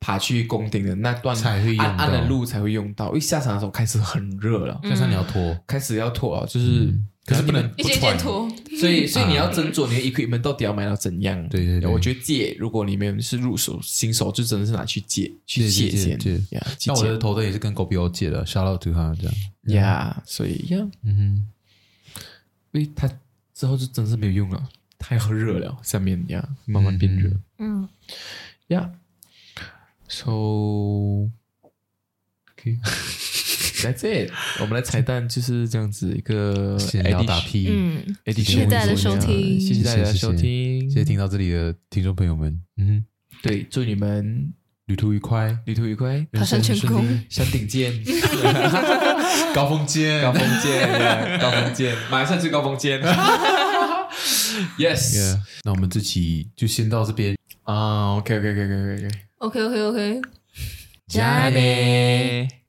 Speaker 3: 爬去宫顶的那段
Speaker 4: 才会用到
Speaker 3: 暗暗的路才会用到。因为下山的时候开始很热了，
Speaker 2: 嗯
Speaker 4: 加上你要脱，
Speaker 3: 开始要脱啊，就是
Speaker 4: 嗯可是不能不
Speaker 2: 一件一
Speaker 4: 穿
Speaker 2: 件。脱，
Speaker 3: 所以，所以你要斟酌你的 equipment 到底要买到怎样。
Speaker 4: 啊对对对
Speaker 3: 我觉得借，如果你们是入手新手，就真的是拿去借，去
Speaker 4: 借
Speaker 3: 借
Speaker 4: 借
Speaker 3: 先，
Speaker 4: 借
Speaker 3: 呀，去
Speaker 4: 像我的
Speaker 3: 借
Speaker 4: 头灯也是跟 g o b i 借的，shout out to 他这样。
Speaker 3: 呀。所以呀，
Speaker 4: 嗯哼。
Speaker 3: 因为它之后就真的是没有用了，太热了，下面呀慢慢变热
Speaker 2: 嗯，
Speaker 3: 呀。So
Speaker 4: [laughs]
Speaker 3: OK, that's it。我们的彩蛋就是这样子一个
Speaker 4: 闲聊打
Speaker 3: addition-
Speaker 4: 屁。
Speaker 2: 呃嗯，
Speaker 3: 谢
Speaker 4: 谢谢大家的
Speaker 2: 收听
Speaker 3: 谢谢大家的
Speaker 4: 谢谢
Speaker 3: 收听，
Speaker 4: 谢谢听到这里的听众朋友们，嗯哼，
Speaker 3: 对，祝你们
Speaker 4: 旅途愉快，
Speaker 3: 旅途愉快，
Speaker 2: 爬山成功，
Speaker 3: 山顶见，
Speaker 4: 高峰见
Speaker 3: 高峰见，高峰见，马上去高峰见。Yes，
Speaker 4: Yeah，那我们这期就先到这边，
Speaker 3: 啊，OK，OK，OK，OK，OK，
Speaker 2: OK OK OK，
Speaker 3: 加。嘞。